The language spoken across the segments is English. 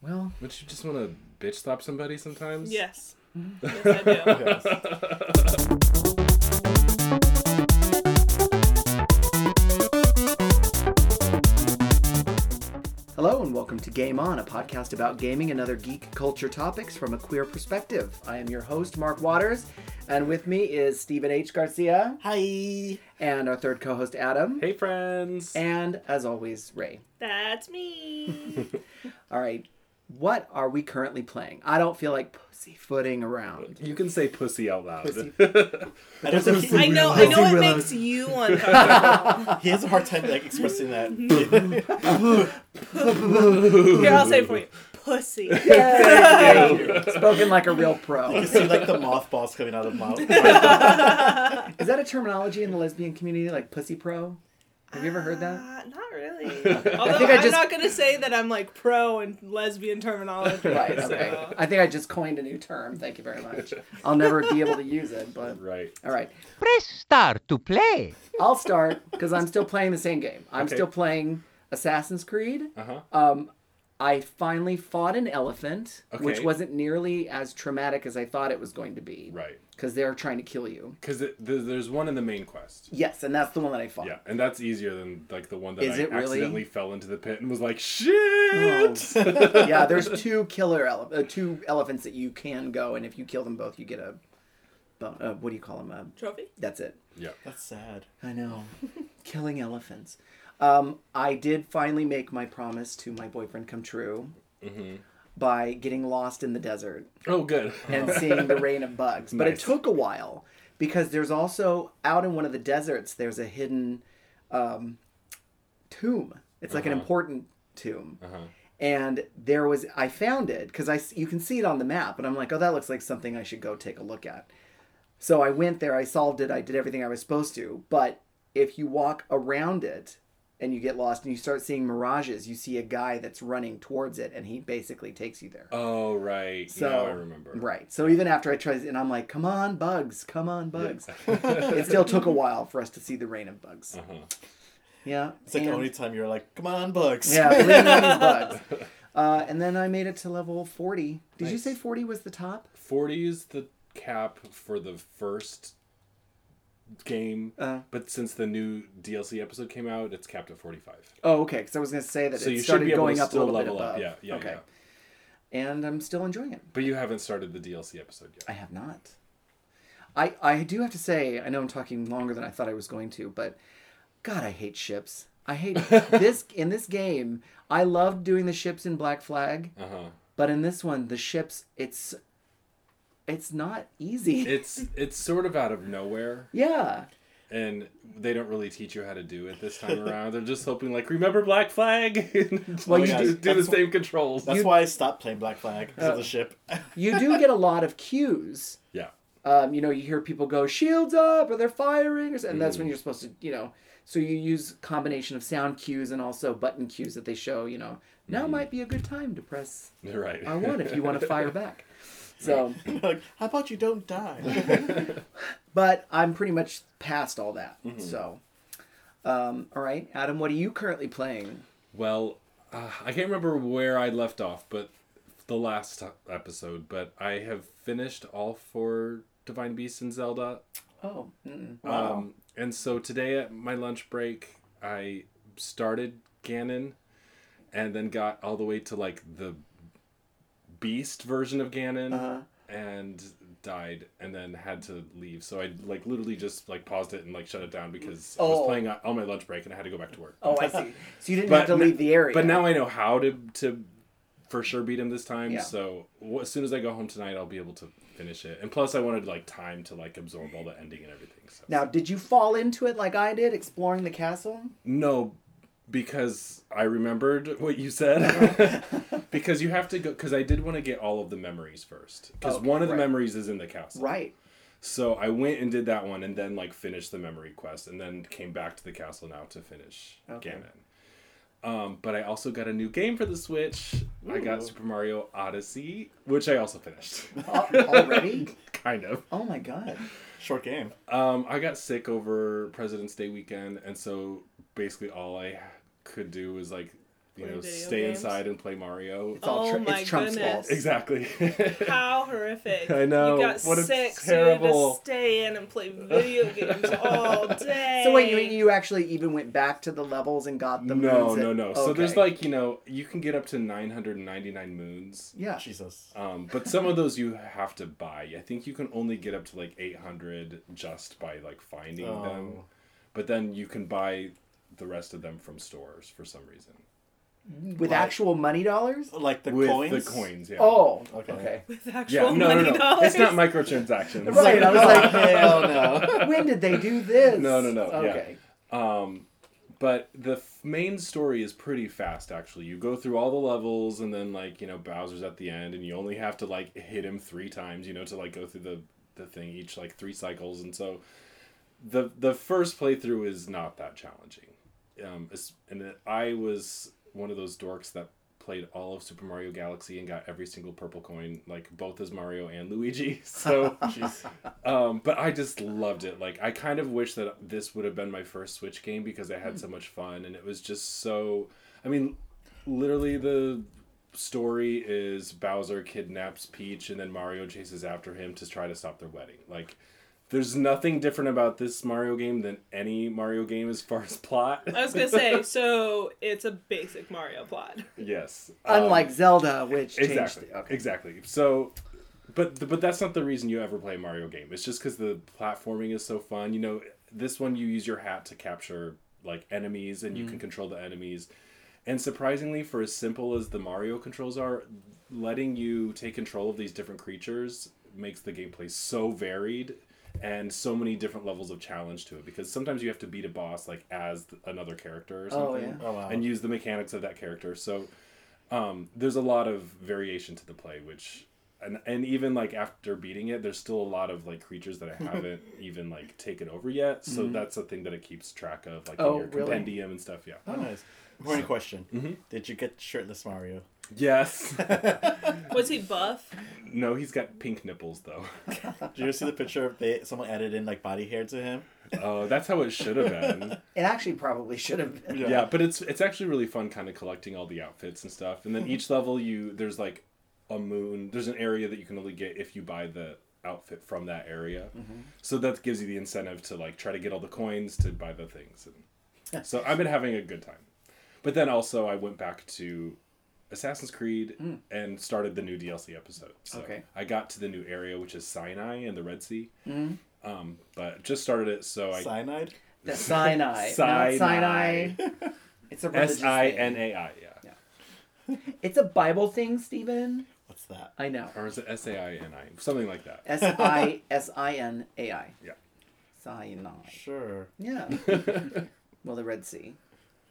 Well, Would you just want to bitch slap somebody sometimes? Yes. yes, I do. yes. Hello and welcome to Game On, a podcast about gaming and other geek culture topics from a queer perspective. I am your host, Mark Waters, and with me is Stephen H. Garcia Hi. and our third co host, Adam, Hey, friends. and as always, Ray. That's me. All right, what are we currently playing? I don't feel like pussyfooting around. you can say pussy out loud. Pussy. I don't think he I know. I know it Cinderella. makes you uncomfortable. He has a hard time like expressing that. Here, I'll say it for you. Pussy. Thank you. Spoken like a real pro. you see like the mothballs coming out of mouth. Is that a terminology in the lesbian community, like pussy pro? Have you ever heard that? Uh, not really. Although I think I am just- not gonna say that I'm like pro and lesbian terminology. Right. so- Okay. I think I just coined a new term. Thank you very much. I'll never be able to use it, but Right. all right. Press star to play. I'll start because I'm still playing the same game. I'm Okay. still playing Assassin's Creed. Uh huh. Um, I finally fought an elephant, which Okay. wasn't nearly as traumatic as I thought it was going to be. Right. Because they're trying to kill you. Because th- there's one in the main quest. Yes, and that's the one that I fought. Yeah, and that's easier than like the one that Is I it really? accidentally fell into the pit and was like, Oh. shit. yeah, there's two killer ele- uh, two elephants that you can go, and if you kill them both, you get a bone. Uh, what do you call them? Uh, Trophy. that's it. Yeah. That's sad. I know, killing elephants. Um, I did finally make my promise to my boyfriend come true by getting lost in the desert Oh, good. and seeing the rain of bugs. But it Nice. took a while because there's also out in one of the deserts. There's a hidden um, tomb. It's like an important tomb. And there was I found it because I s- you can see it on the map, and I'm like, oh, that looks like something I should go take a look at. So I went there, I solved it, I did everything I was supposed to. But if you walk around it and you get lost and you start seeing mirages, you see a guy that's running towards it, and he basically takes you there. Oh, right. So now I remember. Right. So even after I tried, and I'm like, "Come on, bugs! Come on, bugs!" it still took a while for us to see the rain of bugs. Uh-huh. Yeah. It's like the and- only time you're like, come on, bugs. yeah, lean on these bugs. Uh, and then I made it to level 40. Did you Nice. say 40 was the top? 40 is the cap for the first game, Uh. but since the new DLC episode came out, it's capped at 45. Oh, okay. Because I was going to say that So it you should started be able going to up a still little level bit up. above. Yeah, yeah, okay. yeah. And I'm still enjoying it. But you haven't started the DLC episode yet. I have not. I I do have to say, I know I'm talking longer than I thought I was going to, but God, I hate ships. I hate this in this game. I loved doing the ships in Black Flag, Uh-huh. but in this one, the ships it's it's not easy. It's it's sort of out of nowhere, yeah, and they don't really teach you how to do it this time around. They're just hoping, like, remember Black Flag? Well, well, you you do, do do- the Oh, that's- same controls. That's why I stopped playing Black Flag because Uh, of the ship. you do get a lot of cues. Yeah. Um, you know, you hear people go shields up, or they're firing, or, s- and that's when you're supposed to, you know. So you use combination of sound cues and also button cues that they show. You know, now might be a good time to press You're right. I want if you want to fire back. So, like, how about you don't die? but I'm pretty much past all that. So, um, all right, Adam, what are you currently playing? Well, uh, I can't remember where I left off, but the last t- episode, but I have finished all four Divine Beasts in Zelda. Oh, mm-mm. Um, and so today at my lunch break, I started Ganon and then got all the way to like the beast version of Ganon Uh-huh. and died and then had to leave. So I like literally just like paused it and like shut it down because I Oh. was playing on on my lunch break and I had to go back to work. oh, I see. So you didn't But have to n- leave the area. But now I know how to to for sure beat him this time. Yeah. So w- as soon as I go home tonight, I'll be able to finish it. And plus, I wanted like time to like absorb all the ending and everything. So now, did you fall into it like I did, exploring the castle? no, because I remembered what you said. because you have to go because I did want to get all of the memories first. Because Okay, one of the right. memories is in the castle. Right. So I went and did that one, and then like finished the memory quest, and then came back to the castle now to finish Okay. Ganon. Um, but I also got a new game for the Switch. I got Super Mario Odyssey, which I also finished, Al- Uh, already? kind of. Oh my god. Short game. Um, I got sick over President's Day weekend, and so basically all I could do was like, you you play know, video stay games. inside and play Mario. It's all Oh tr- my it's Trump's goodness. fault. Exactly. How horrific. I know. You got What a sick, so you terrible- had to stay in and play video games all day. So wait, you you actually even went back to the levels and got the no, moons that- no, no. So there's Okay. like, you know, you can get up to 999 moons. yeah. Jesus. Um, but some of those you have to buy. I think you can only get up to like 800 just by like finding them. Oh. But then you can buy the rest of them from stores for some reason. With Like- actual money dollars? Like the With coins? the coins, yeah. Oh, okay. Okay. With actual Yeah, no, no, money no. dollars. It's not microtransactions. Right, I was like- hell no. when did they do this? No, no, no, yeah. Okay. But the f- main story is pretty fast, actually. You go through all the levels, and then like you know Bowser's at the end, and you only have to like hit him three times, you know, to like go through the the thing each like three cycles, and so the the first playthrough is not that challenging. Um, it's- and it- I was one of those dorks that played all of Super Mario Galaxy and got every single purple coin, like both as Mario and Luigi. So Jeez. um, but I just loved it. Like I kind of wish that this would have been my first Switch game because I had so much fun and it was just so. I mean, literally the story is Bowser kidnaps Peach and then Mario chases after him to try to stop their wedding. Like. There's nothing different about this Mario game than any Mario game as far as plot. I was gonna say, so it's a basic Mario plot. yes. Um, Unlike Zelda, which exactly changed. Okay. exactly so but th- but that's not the reason you ever play a mario game it's just because the platforming is so fun you know this one you use your hat to capture like enemies and you Mm. can control the enemies and surprisingly for as simple as the mario controls are letting you take control of these different creatures makes the gameplay so varied and so many different levels of challenge to it because sometimes you have to beat a boss like as th- another character or Oh, something yeah. Oh, wow. and use the mechanics of that character. So um, there's a lot of variation to the play, which and and even like after beating it, there's still a lot of like creatures that I haven't even like taken over yet. So that's a thing that it keeps track of, like Mm-hmm. Oh, in your really? compendium and stuff. Yeah. Oh, nice. Morning question. mm-hmm. Did you get shirtless Mario? Yes. Was he buff? no, he's got pink nipples though. Did you ever see the picture of they someone added in like body hair to him? Oh, that's how it should have been. It actually probably should have been. yeah but it's it's actually really fun kind of collecting all the outfits and stuff and then each level you there's like a moon there's an area that you can only get if you buy the outfit from that area so that gives you the incentive to like try to get all the coins to buy the things and so i've been having a good time but then also i went back to assassin's creed and started the new dlc episode so Okay. i got to the new area which is sinai and the red sea um, but just started it so i Cyanide? The Sinai. Sinai. Not Sinai. It's a religious S I N thing. A I, yeah. It's a Bible thing, Stephen. What's that? I know. Or is it S A I N I? Something like that. S I S I N A I. Yeah. Sinai. Sure. Yeah. well, the Red Sea.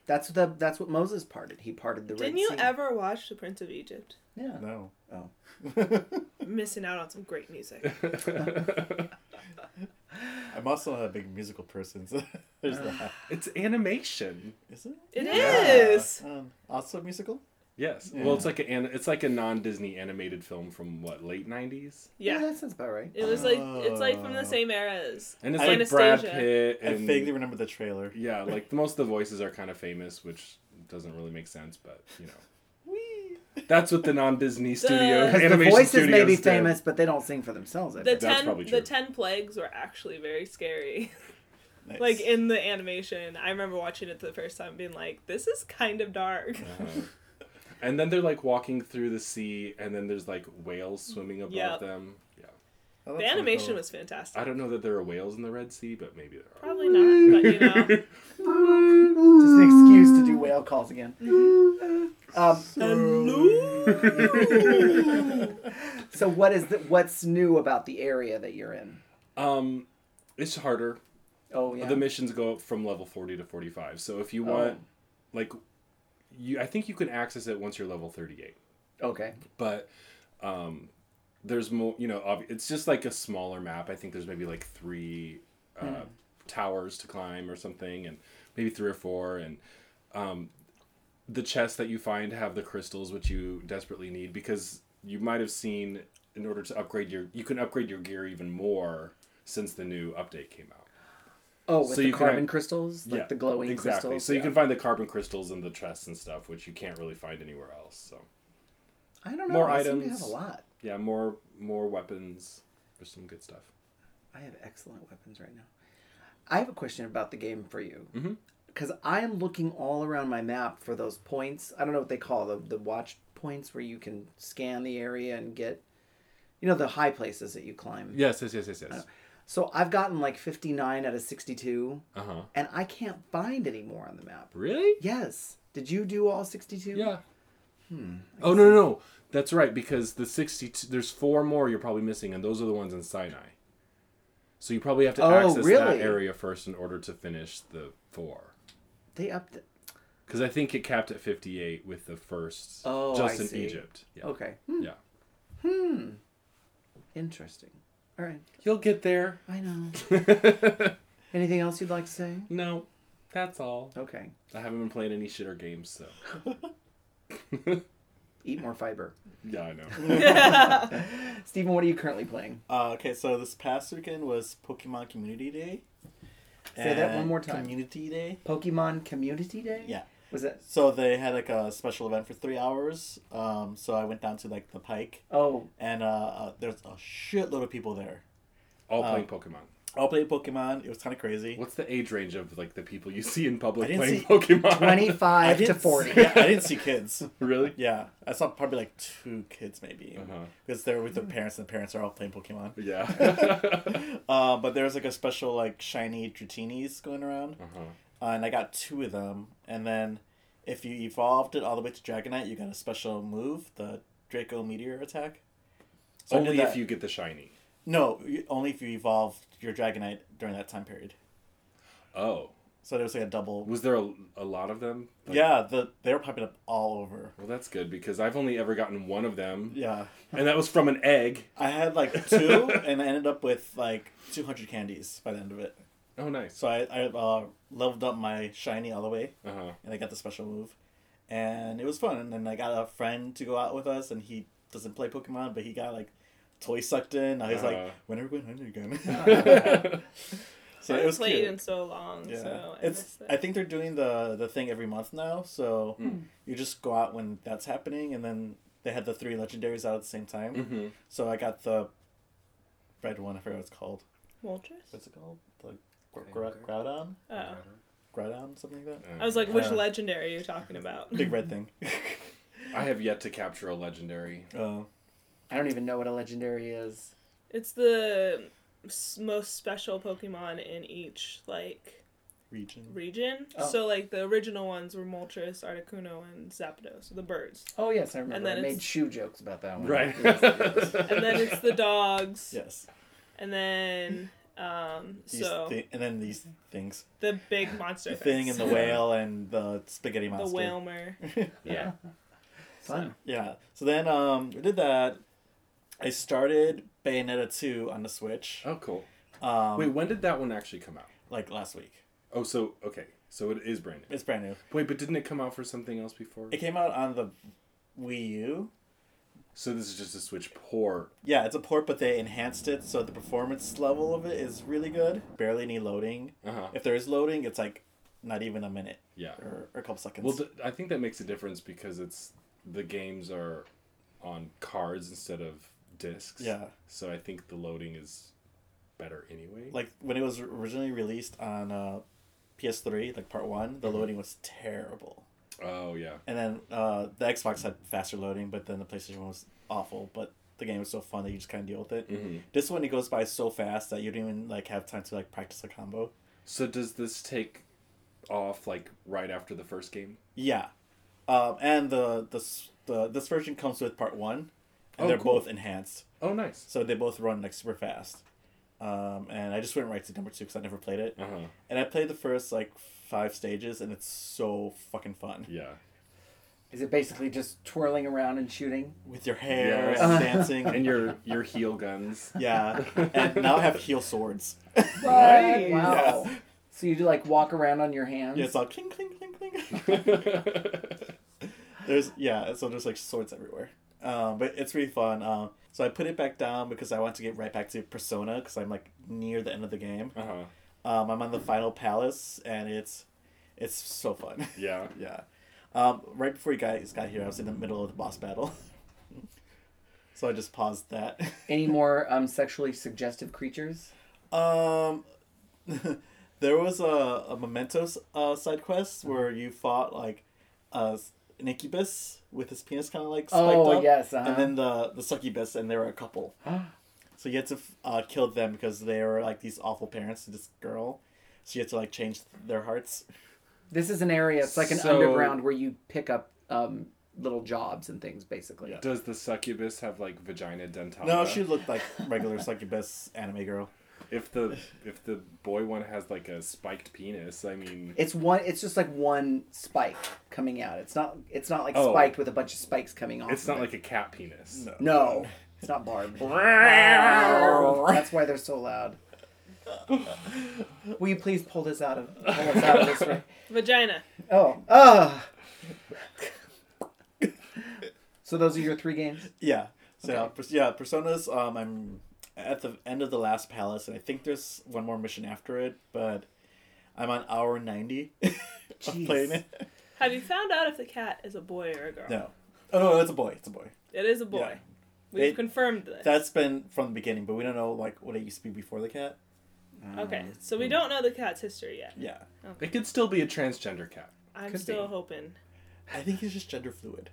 That's the that's what Moses parted. He parted the Red Didn't you Sea. ever watch The Prince of Egypt? Yeah. No. Oh. Missing out on some great music. I'm also not a big musical person. So there's Ah. that. It's animation. Is it? It is. Um, also musical? Yes. Yeah. Well, it's like a an, it's like a non Disney animated film from what late nineties, Yeah. Yeah. that sounds about right. It was like it's like from the same era as and it's I- like Brad Anastasia. Pitt I and vaguely remember the trailer. yeah, like the- most of the voices are kind of famous, which doesn't really make sense, but you know, Whee! that's what the non Disney studio Because The animation voices may studios be did. famous, but they don't sing for themselves. I the think. That's ten probably the true. ten plagues were actually very scary. Nice. like in the animation. I remember watching it the first time being like, This is kind of dark. Uh-huh. And then they're like walking through the sea, and then there's like whales swimming above Yep. them. Yeah, Oh, that's The really animation cool. was fantastic. I don't know that there are whales in the Red Sea, but maybe there are. Probably not, but you know. Just an excuse to do whale calls again. um, so what is the, what's new about the area that you're in? Um, it's harder. Oh yeah. the missions go up from level 40 to 45 so if you want like you i think you can access it once you're level 38 okay. but um there's more you know obvi- it's just like a smaller map i think there's maybe like three uh, towers to climb or something and maybe three or four and um, the chests that you find have the crystals which you desperately need because you might have seen in order to upgrade your you can upgrade your gear even more since the new update came out Oh, with So the you can have- carbon crystals, like the glowing exactly. crystals. So you Yeah. can find the carbon crystals and the chests and stuff, which you can't really find anywhere else. So I don't know. more I seem to items. have a lot. yeah, more more weapons. There's some good stuff. I have excellent weapons right now. I have a question about the game for you. Mm-hmm. Because I am looking all around my map for those points. I don't know what they call the the watch points where you can scan the area and get, you know, the high places that you climb. Yes, yes, yes, yes, yes. So I've gotten like 59 out of 62, Uh huh. and I can't find any more on the map. Really? Yes. Did you Hmm, do all 62? Yeah. oh no, no, no. That's right because the sixty-two. There's four more you're probably missing, and those are the ones in Sinai. So you probably have to Oh, access that really? area first in order to finish the four. They upped it. Because I think it capped at fifty-eight with the first. Oh, just I in see. Egypt. Yeah. Okay. Hmm, Yeah. Interesting. All right. You'll get there. I know. Anything else you'd like to say? No, that's all. Okay. I haven't been playing any shitter games, so Eat more fiber. yeah, I know. Stephen, what are you currently playing? Uh, okay, so this past weekend was Pokemon Community Day. Say that And one more time. Community Day. Pokemon Community Day? Yeah. Was that? So they had like a special event for three hours. Um, so I went down to like the Pike, Oh, and uh, uh, there's a shitload of people there. all playing Um, Pokemon. All played Pokemon. It was kind of crazy. What's the age range of like the people you see in public I didn't playing see- Pokemon? 25 to didn't see- 40. yeah, I didn't see kids. Really? Yeah, I saw probably like two kids maybe, Uh-huh. because they're with their parents, and the parents are all playing Pokemon. Yeah. uh-huh. Uh, but there's like a special like shiny Dratinis going around, Uh-huh. uh, and I got two of them. And then if you evolved it all the way to Dragonite, you got a special move, the Draco Meteor Attack. So I did Only if that. you get the shiny. No, you- only if you evolved your Dragonite during that time period. Oh, So there was like a double. was there a, a lot of them? Like- yeah, the they were popping up all over. Well, that's good because I've only ever gotten one of them, Yeah, and that was from an egg. I had like two, and I ended up with like two hundred candies by the end of it. Oh, nice. So I, I uh, leveled up my shiny all the way, Uh huh. and I got the special move, and it was fun. And then I got a friend to go out with us, and he doesn't play Pokemon, but he got like toy sucked in. Now he's Uh. like, when are we going to again? so it I was played cute. in so long, Yeah, so I it's. missed it. I think they're doing the the thing every month now, so you just go out when that's happening, and then they had the three legendaries out at the same time. Mm-hmm. So I got the red one. I forgot what it's called. Moltres? What's it called? The Gr- Gr- Groudon, Oh. Groudon, something like that. I was like, which Uh, legendary are you talking about? Big red thing. I have yet to capture a legendary. uh, I don't even know what a legendary is. It's the s- most special Pokemon in each like region. region. Oh. So like the original ones were Moltres, Articuno, and Zapdos, the birds. Oh, yes, I remember. And then I made it's- shoe jokes about that one. Right. Yes, yes. And then it's the dogs. Yes. And then um These so thi- and then these things. the big monster The thing and the things. whale and the spaghetti the monster. Whalmer. Yeah. Fun. Yeah. So then um, we did that. I started Bayonetta 2 on the Switch. Oh, cool. Um, Wait, when did that one actually come out? Like last week. Oh, so okay, so it is brand new. It's brand new. Wait, but didn't it come out for something else before? It came out on the Wii U. So this is just a Switch port. Yeah, it's a port, but they enhanced it, so the performance level of it is really good. Barely any loading. Uh-huh. If there is loading, it's like not even a minute Yeah. or, or a couple seconds. Well, th- I think that makes a difference because it's the games are on cards instead of discs. Yeah. So I think the loading is better anyway. like when it was originally released on uh, PS3, like part one, Mm-hmm. the loading was terrible. oh yeah. And then uh, the Xbox had faster loading, but then the PlayStation one was awful. But the game was so fun that you just kind of deal with it. Mm-hmm. This one it goes by so fast that you don't even like have time to like practice a combo. So does this take off like right after the first game? Yeah, um, and the this the this version comes with part one, and Oh, they're cool. both enhanced, Oh nice. so they both run like super fast. Um, and I just went right to number two because I never played it, Uh huh. and I played the first like five stages, and it's so fucking fun. Yeah. Is it basically just twirling around and shooting? with your hair Yes. and dancing And and your your heel guns. yeah and now I have heel swords Right. Wow. So you do like walk around on your hands? yeah it's all clink clink clink Uh-huh. clink there's yeah so there's like swords everywhere um, but it's really fun um, so I put it back down because I want to get right back to Persona because I'm like near the end of the game Uh huh. Um, I'm on the final palace, and it's it's so fun. Yeah. yeah. Um, right before you guys got here, I was in the middle of the boss battle, so I just paused that. Any more um, sexually suggestive creatures? Um, there was a, a mementos uh, side quest Mm-hmm. where you fought like uh, an incubus with his penis kind of like spiked Oh, up, yes, uh-huh. and then the the succubus, and they were a couple. so you had to f- uh, kill them because they were like these awful parents to this girl. So you had to like change their hearts. This is an area. It's like an So- underground where you pick up um, little jobs and things, basically. Yeah. Does the succubus have like vagina Oh, dentata? No, she looked like regular succubus anime girl. If the if the boy one has like a spiked penis, I mean, It's one. It's just like one spike coming out. It's not. It's not like Oh. spiked with a bunch of spikes coming off. it's of not it. like a cat penis. No, it's not barbed. That's why they're so loud. Will you please pull this out of, pull us out of this room? Vagina. Oh, ah. so those are your three games. Yeah. So yeah, pers- yeah, personas. Um, I'm at the end of the last palace, and I think there's one more mission after it, but I'm on hour ninety of Jeez. playing it. Have you found out if the cat is a boy or a girl? No, oh no, it's a boy. It's a boy. It is a boy. Yeah. We've It- confirmed this. That's been from the beginning, but we don't know like what it used to be before the cat. Okay, Mm. so we don't know the cat's history yet. Yeah, It could still be a transgender cat. I'm Could still be. hoping. Oh, I think he's just gender fluid,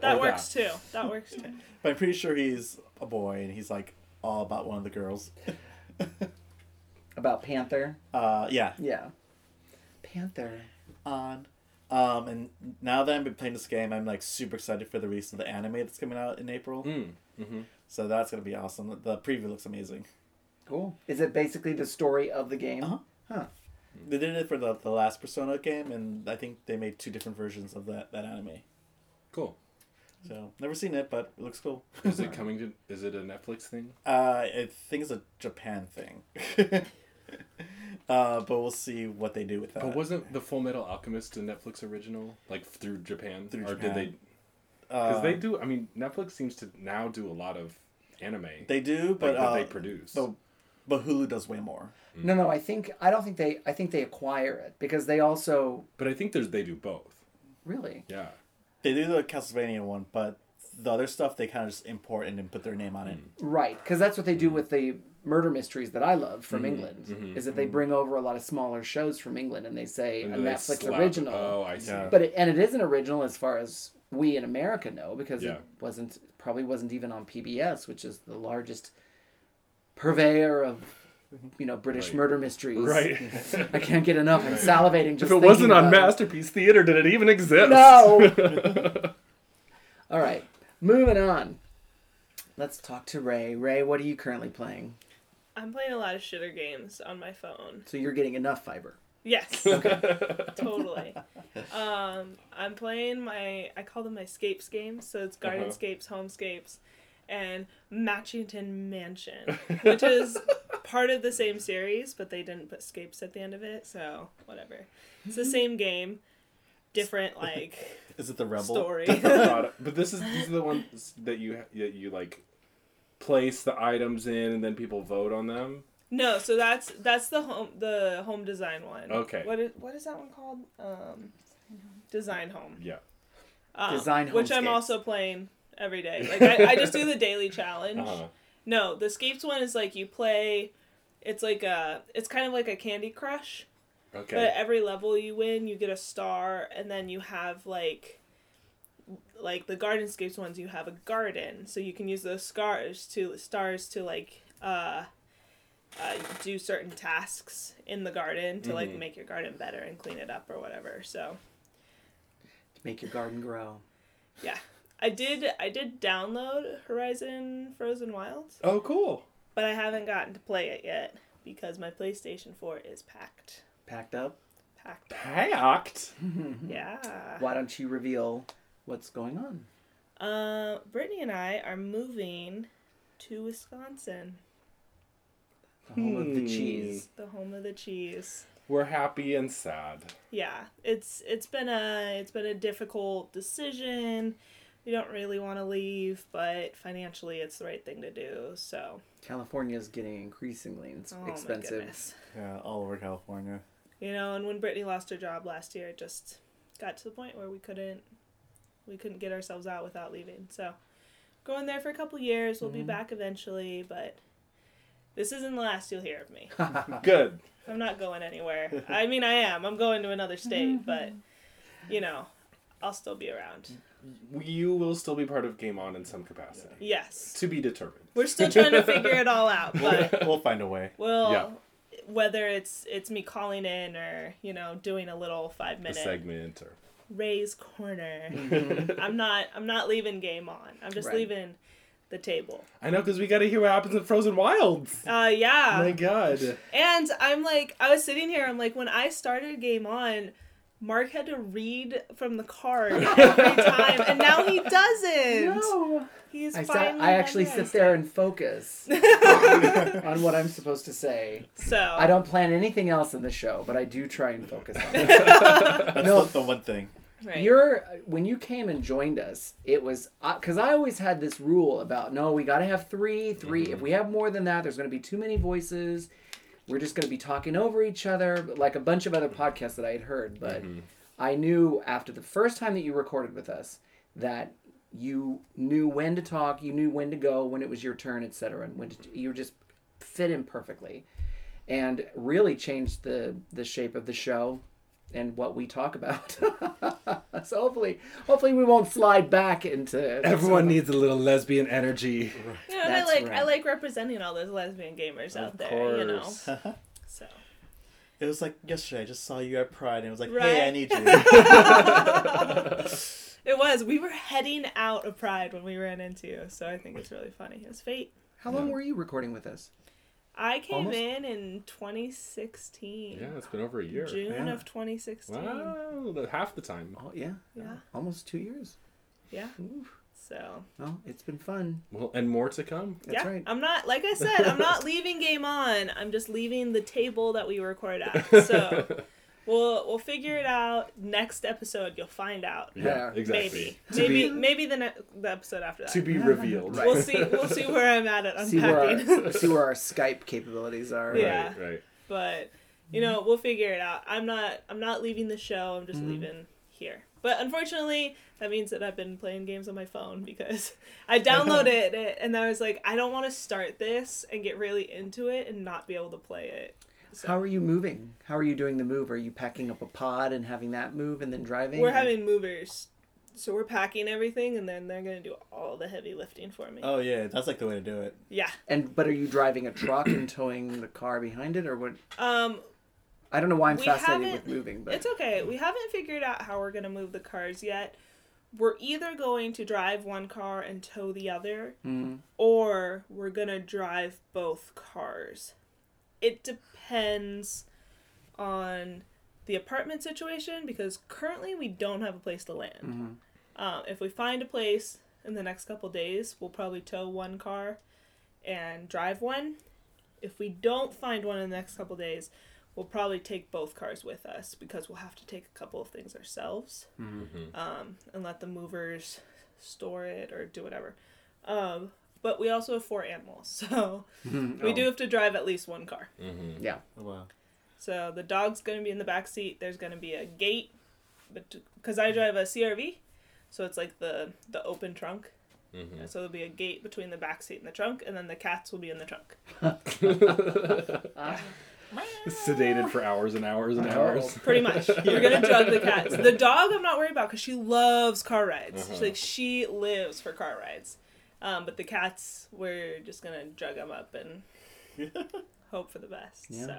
That Or works too. That works too. but I'm pretty sure he's a boy, and he's like all about one of the girls. About Panther. Uh, yeah, Yeah. Panther. on. Um, and now that I've been playing this game, I'm like super excited for the release of the anime that's coming out in April. mhm. So that's gonna be awesome. The preview looks amazing. Cool. Is it basically the story of the game? Uh-huh. Huh. Hmm. They did it for the, the last Persona game, and I think they made two different versions of that, that anime. Cool. So never seen it, but it looks cool. Is it coming to? Is it a Netflix thing? Uh, I think it's a Japan thing. uh, but we'll see what they do with that. But wasn't the Full Metal Alchemist a Netflix original, like through Japan, Through or did Japan. they? Because uh, they do. I mean, Netflix seems to now do a lot of anime. they do, like, but uh, that they produce. but- but Hulu does way more. Hmm. No, no. I think I don't think they. I think they acquire it because they also But I think there's they do both. really. Yeah. They do the Castlevania one, but the other stuff they kind of just import and then put their name on it. Right, because that's what they Hmm. do with the murder mysteries that I love from England. Is that they bring over a lot of smaller shows from England and they say And a then they Netflix slap- original, Oh, I see. Yeah. but it, and it is an original as far as we in America know because Yeah. it wasn't probably wasn't even on PBS, which is the largest purveyor of you know British Right. murder mysteries. Right. I can't get enough. I'm salivating just. if it thinking wasn't on about it. Masterpiece Theater, did it even exist? No. All right, moving on. Let's talk to Ray. Ray, what are you currently playing? I'm playing a lot of shitter games on my phone. So you're getting enough fiber. Yes. Okay. totally. Um, I'm playing my I call them my scapes games, so it's gardenscapes, homescapes, and Matchington Mansion, which is part of the same series, but they didn't put scapes at the end of it, so whatever. It's the same game, different like Is it the Rebel? story. God, but this is these are the ones that you that you like place the items in, and then people vote on them. no, so that's that's the home the home design one. Okay. What is what is that one called? Um, design home. Yeah. um, Design which I'm homescapes. also playing every day. Like I, I just do the daily challenge. Uh-huh. No, the scapes one is like you play. It's like a. It's kind of like a Candy Crush, Okay. but uh, at every level you win, you get a star, and then you have like. Like the gardenscapes ones, you have a garden, so you can use those scars to stars to like uh, uh, do certain tasks in the garden to like make your garden better and clean it up or whatever. So Make your garden grow. Yeah. I did I did download Horizon Frozen Wilds, oh, cool. but I haven't gotten to play it yet because my PlayStation 4 is packed. Packed up. Packed. Packed. Yeah. Why don't you reveal what's going on? Uh, Brittany and I are moving to Wisconsin, The home of Hmm. the cheese. the home of the cheese. We're happy and sad. Yeah, it's it's been a it's been a difficult decision. you don't really want to leave, but financially it's the right thing to do. So, California is getting increasingly ins- oh my expensive. goodness. Yeah, all over California. You know, and when Brittany lost her job last year, it just got to the point where we couldn't we couldn't get ourselves out without leaving. So, going there for a couple years, we'll be back eventually, but this isn't the last you'll hear of me. Good. I'm not going anywhere. I mean, I am. I'm going to another state, but you know, I'll still be around. You will still be part of Game On in some capacity. Yes. To be determined. We're still trying to figure it all out, We'll, but we'll find a way. we'll Yeah. whether it's it's me calling in or, you know, doing a little 5 A minute segment or Ray's corner. I'm not I'm not leaving game on. I'm just Mm-hmm. Right. leaving the table. I know because we got to hear what happens in Frozen Wilds. Uh yeah. My God. And I'm like, I was sitting here, I'm like, when I started Game On, Mark had to read from the card every time, and now he doesn't. He's I, sat, finally I actually done sit there and focus on what I'm supposed to say. this. So I don't plan anything else in the show, but I do try and focus on it. That's No. the one thing. Right. You're when you came and joined us, it was because I always had this rule about no, we got to have three, 3 If we have more than that, there's going to be too many voices. We're just going to be talking over each other, like a bunch of other podcasts that I had heard. But I knew after the first time that you recorded with us that you knew when to talk, you knew when to go, when it was your turn, etc., and when to, you just fit in perfectly, and really changed the the shape of the show and what we talk about. so hopefully, hopefully we won't slide back into Everyone needs a little lesbian energy. You know, and I That's like I right. like representing all those lesbian gamers out there, you know. course. So It was like yesterday. I just saw you at Pride, and it was like, Right. "Hey, I need you." it was. We were heading out of Pride when we ran into you, so I think it's really funny. It's fate. How long were you recording with us? I came Almost. in in 2016, Yeah, it's been over a year. June Yeah. of 2016. Wow, the- half the time. Oh yeah, Yeah, almost two years. yeah. Ooh. So Well, it's been fun. Well, and more to come. That's yeah, right. I'm not like I said, I'm not leaving game on. I'm just leaving the table that we record at. So we'll we'll figure it out next episode. You'll find out. Yeah. exactly. To Uh, Maybe Uh, maybe be maybe the ne- the episode after that. to be revealed. Right. We'll see we'll see where I'm at at See where unpacking. our, see where our Skype capabilities are. Yeah. Right, right. but you know we'll figure it out. I'm not I'm not leaving the show. I'm just leaving here. But unfortunately, that means that I've been playing games on my phone because I downloaded it and I was like, I don't want to start this and get really into it and not be able to play it. How are you moving? How are you doing the move? Are you packing up a pod and having that move and then driving? We're having movers. So we're packing everything and then they're going to do all the heavy lifting for me. oh yeah, that's like the way to do it. Yeah. and but are you driving a truck and towing the car behind it or what? Um I don't know why I'm We fascinated haven't- with moving, but it's okay. We haven't figured out how we're going to move the cars yet. We're either going to drive one car and tow the other Mhm. or we're going to drive both cars. It depends on the apartment situation because currently we don't have a place to land. Um, if we find a place in the next couple days, we'll probably tow one car and drive one. If we don't find one in the next couple days, we'll probably take both cars with us because we'll have to take a couple of things ourselves um, and let the movers store it or do whatever. Um, but we also have four animals, so we do have to drive at least one car. yeah. Oh, wow. So the dog's going to be in the back seat. There's going to be a gate, because I drive a CRV, so it's like the the open trunk. And So there'll be a gate between the back seat and the trunk, and then the cats will be in the trunk. Sedated for hours and hours and hours. Pretty much, we're gonna drug the cats. The dog, I'm not worried about because she loves car rides. Uh-huh. She's like she lives for car rides. Um, but the cats, we're just gonna drug them up and hope for the best. So, Yeah.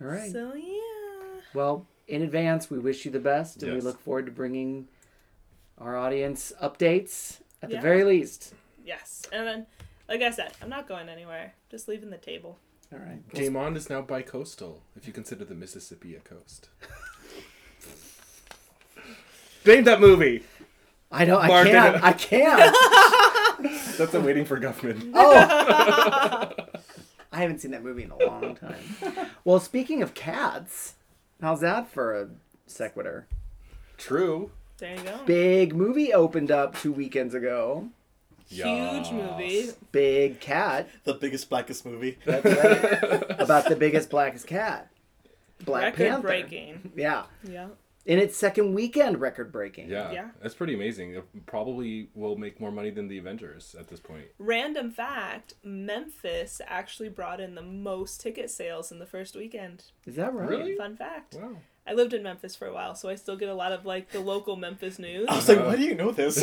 All right. so yeah. Well, in advance, we wish you the best, and we Yes. look forward to bringing our audience updates at Yeah. the very least. Yes. And then, like I said, I'm not going anywhere. Just leaving the table. All right. Game On is now bi-coastal, if you consider the Mississippi a coast. Name that movie. I don't. I Marketing. can't. I can't. That's a waiting for Guffman. Oh. I haven't seen that movie in a long time. Well, speaking of cats, how's that for a sequitur? True. There you go. Big movie opened up two weekends ago. Yes. Huge movie. Big cat The biggest, blackest movie. about the biggest blackest cat. Black Record Panther. breaking. Yeah. Yeah. In its second weekend, record breaking. Yeah, Yeah. that's pretty amazing. It probably will make more money than the Avengers at this point. Random fact Memphis actually brought in the most ticket sales in the first weekend. Is that right? Really? Fun fact. Wow. I lived in Memphis for a while, so I still get a lot of like the local Memphis news. I was like, why do you know this?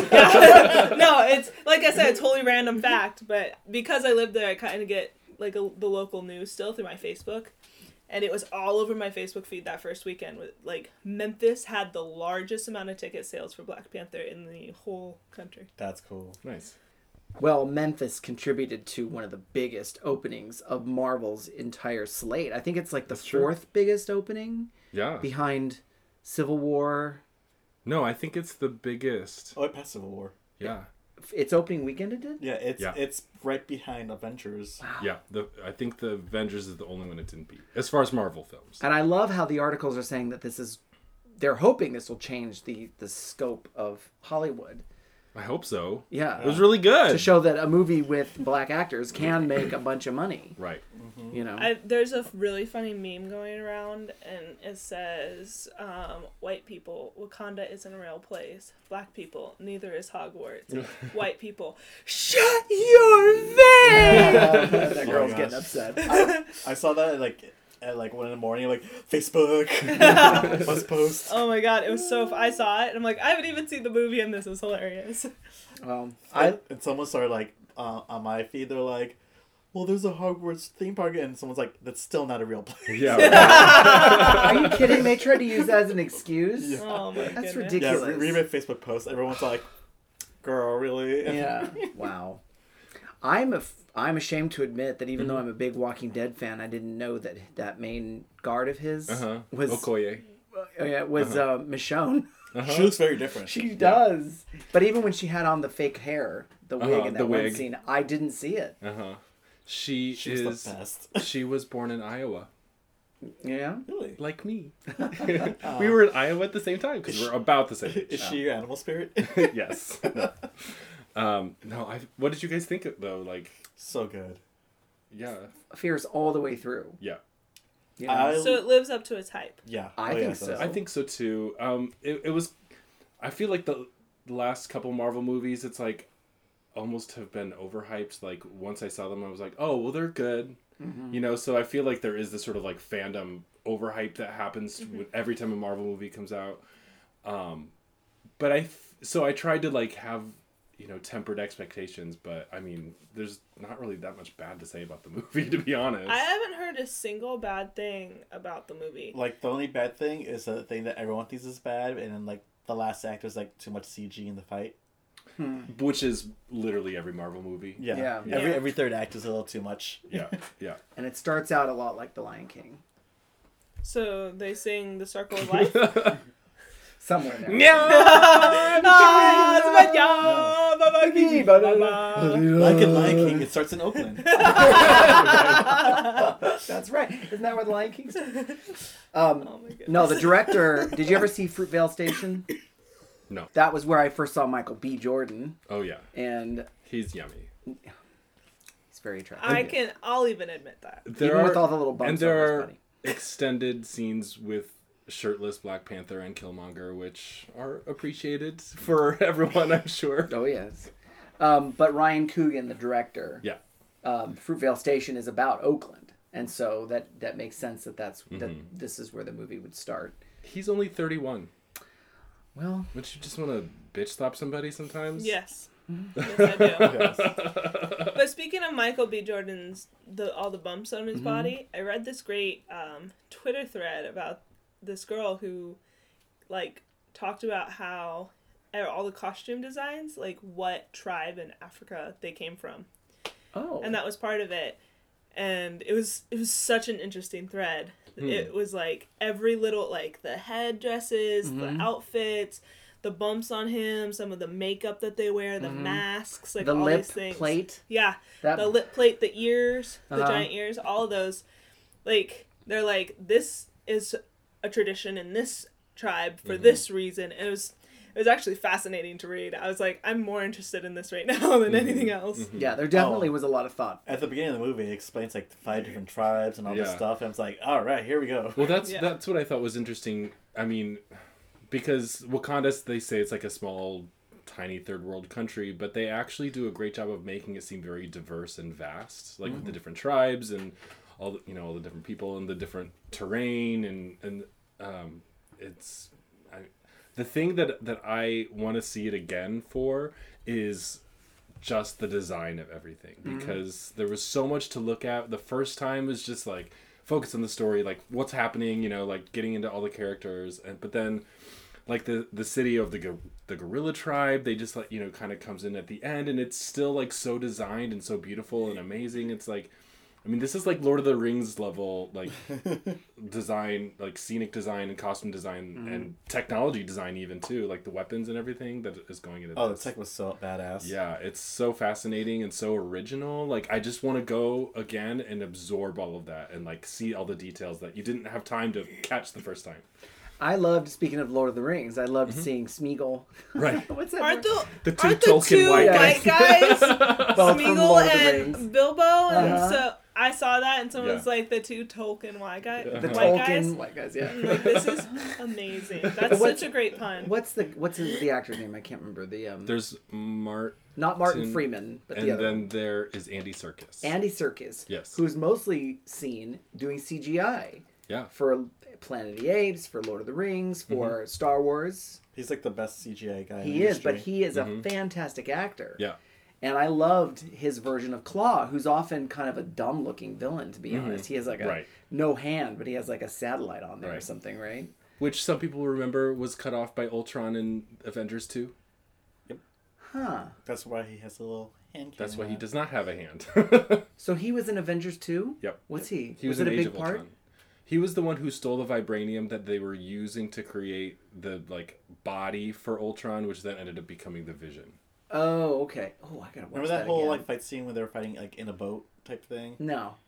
no, it's like I said, a totally random fact, but because I live there, I kind of get like a, the local news still through my Facebook, and it was all over my Facebook feed that first weekend. With like Memphis had the largest amount of ticket sales for Black Panther in the whole country. That's cool. Nice. Well, Memphis contributed to one of the biggest openings of Marvel's entire slate. I think it's like the true. fourth biggest opening Yeah. behind Civil War. No, I think it's the biggest. Oh, it passed Civil War. Yeah. Its opening weekend it did? Yeah, it's Yeah. it's right behind Avengers. Yeah. The I think the Avengers is the only one it didn't beat as far as Marvel films. And I love how the articles are saying that this is they're hoping this will change the the scope of Hollywood. I hope so. Yeah. It was really good. to show that a movie with black actors can make a bunch of money, Right. you know. I, there's a really funny meme going around, and it says, um, "White people, Wakanda isn't a real place. Black people, neither is Hogwarts. White people, shut your face." that girl's gosh. getting upset. I saw that like at like one in the morning, like Facebook must post. Oh my god, it was so. I saw it, and I'm like, I haven't even seen the movie, and this is hilarious. Well, I I and someone started like uh, on my feed. They're like, "Well, there's a Hogwarts theme park," and someone's like, "That's still not a real place." Yeah. right. uh, are you kidding? They tried to use that as an excuse. Yeah. Oh my That's goodness. ridiculous. Yeah, re- read my Facebook post. Everyone's like, "Girl, really?" Yeah. wow. I'm a f- I'm ashamed to admit that even though I'm a big Walking Dead fan, I didn't know that that main guard of his Uh-huh. was Okoye. uh, yeah, was uh Michonne. She looks very different. She does. But even when she had on the fake hair, the wig Uh-huh, in that the one wig. scene, I didn't see it. Uh huh. She She's is. the best. She was born in Iowa, You know? Really? like me. we were in Iowa at the same time because we're about the same. age. Is she your animal spirit? yes. um, no, I. What did you guys think of, though? Like, so good. yeah, Fierce all the way through. yeah. You know? I, So it lives up to its hype. yeah. I Oh, think yeah, so. I think so too. Um, it, it was. I feel like the the last couple Marvel movies, it's like almost have been overhyped. Like once I saw them, I was like, oh well, they're good. You know, so I feel like there is this sort of like fandom overhype that happens when- every time a Marvel movie comes out. Um, but I f- so I tried to like have you know tempered expectations, but I mean, there's not really that much bad to say about the movie to be honest. I haven't heard a single bad thing about the movie. Like the only bad thing is the thing that everyone thinks is bad, and then like the last act was like too much CG in the fight. Which is literally every Marvel movie. Yeah. Yeah. Every Yeah. every third act is a little too much. Yeah. Yeah. And it starts out a lot like The Lion King. So they sing the circle of life. Somewhere there. Ah, it's my job, ba- ba- ki- ba- ba- ba. Like in Lion King, it starts in Oakland. That's right. Isn't that where The Lion King's? Um, Oh my goodness. no, the director. Did you ever see Fruitvale Station? No. That was where I first saw Michael B. Jordan, Oh yeah. and He's yummy. he's very attractive. I can. I'll even admit that. There Even with all the little bumps and there on his are body. extended scenes with shirtless Black Panther and Killmonger, which are appreciated for everyone, I'm sure. Oh yes. Um, but Ryan Coogan, the director. Yeah, Um, Fruitvale Station is about Oakland, and so that that makes sense that that's that this is where the movie would start. he's only 31. Well, Would you just want to bitch slap somebody sometimes? Yes. yes, I do. But speaking of Michael B. Jordan's the all the bumps on his body, I read this great um, Twitter thread about this girl who, like, talked about how uh, all the costume designs, like what tribe in Africa they came from, oh, and that was part of it. And it was it was such an interesting thread. Hmm. It was like every little like the head dresses, Mm-hmm. the outfits, the bumps on him, some of the makeup that they wear, the masks, like Mm-hmm. the all lip these things. plate. Yeah. That- the lip plate, the ears, the Uh-huh. giant ears, all of those. Like, they're Mm-hmm. like, this is a tradition in this tribe for this reason. And it was. It was actually fascinating to read. I was like, I'm more interested in this right now Mm-hmm. than anything else. Yeah, there definitely Oh. was a lot of thought. At the beginning of the movie, it explains like the five different tribes and all this Yeah. stuff, and it's like, all right, here we go. Well, that's Yeah. that's what I thought was interesting. I mean, because Wakanda, they say it's like a small, tiny third world country, but they actually do a great job of making it seem very diverse and vast, like with the different tribes and all the, you know all the different people and the different terrain and and um, it's I, the thing that that I want to see it again for is just the design of everything Mm-hmm. because there was so much to look at. The first time was just like focus on the story, like what's happening, you know, like getting into all the characters, and but then like the the city of the gor- the gorilla tribe, they just like you know kind of comes in at the end, and it's still like so designed and so beautiful and amazing. It's like. I mean, this is like Lord of the Rings level, like design, like scenic design and costume design Mm-hmm. and technology design, even too, like the weapons and everything that is going into. Oh, the this. tech was so badass. Yeah, it's so fascinating and so original. Like I just want to go again and absorb all of that and like see all the details that you didn't have time to catch the first time. I loved speaking of Lord of the Rings. I loved seeing Smeagol. Right. What's that? Aren't word? the, The two aren't the Tolkien two white white, guys. guys, Both from Smeagol Lord of the Rings. and Bilbo? Uh-huh. And so I saw that, and someone was Yeah. like, the two Tolkien white, guy, the The white Tolkien guys. white guys. Yeah. I'm like, this is amazing. That's What's- such a great pun. What's the what's his, the actor's name? I can't remember the um. There's Mart, not Martin Tim- Freeman, but and the other. one. then there is Andy Circus. Andy Serkis, Yes. who's mostly seen doing CGI yeah, for Planet of the Apes, for Lord of the Rings, Mm-hmm. for Star Wars. He's like the best CGI guy. in He the is, but industry. he is a fantastic actor. Mm-hmm. yeah, And I loved his version of Claw, who's often kind of a dumb looking villain, to be honest. He has like a Mm-hmm. Right. no hand, but he has like a satellite on there or Right. something, right? which some people remember was cut off by Ultron in Avengers Two. Huh. That's why he has a little hand. That's cannon why he on. does not have a hand. So he was in Avengers 2? Yep. What's he? He was, it an a Age big of part? Ultron. He was the one who stole the vibranium that they were using to create the like body for Ultron, which then ended up becoming the Vision. Oh, okay. Oh, I gotta watch Remember that, whole again. Mm. like fight scene where they were fighting like in a boat type thing? No.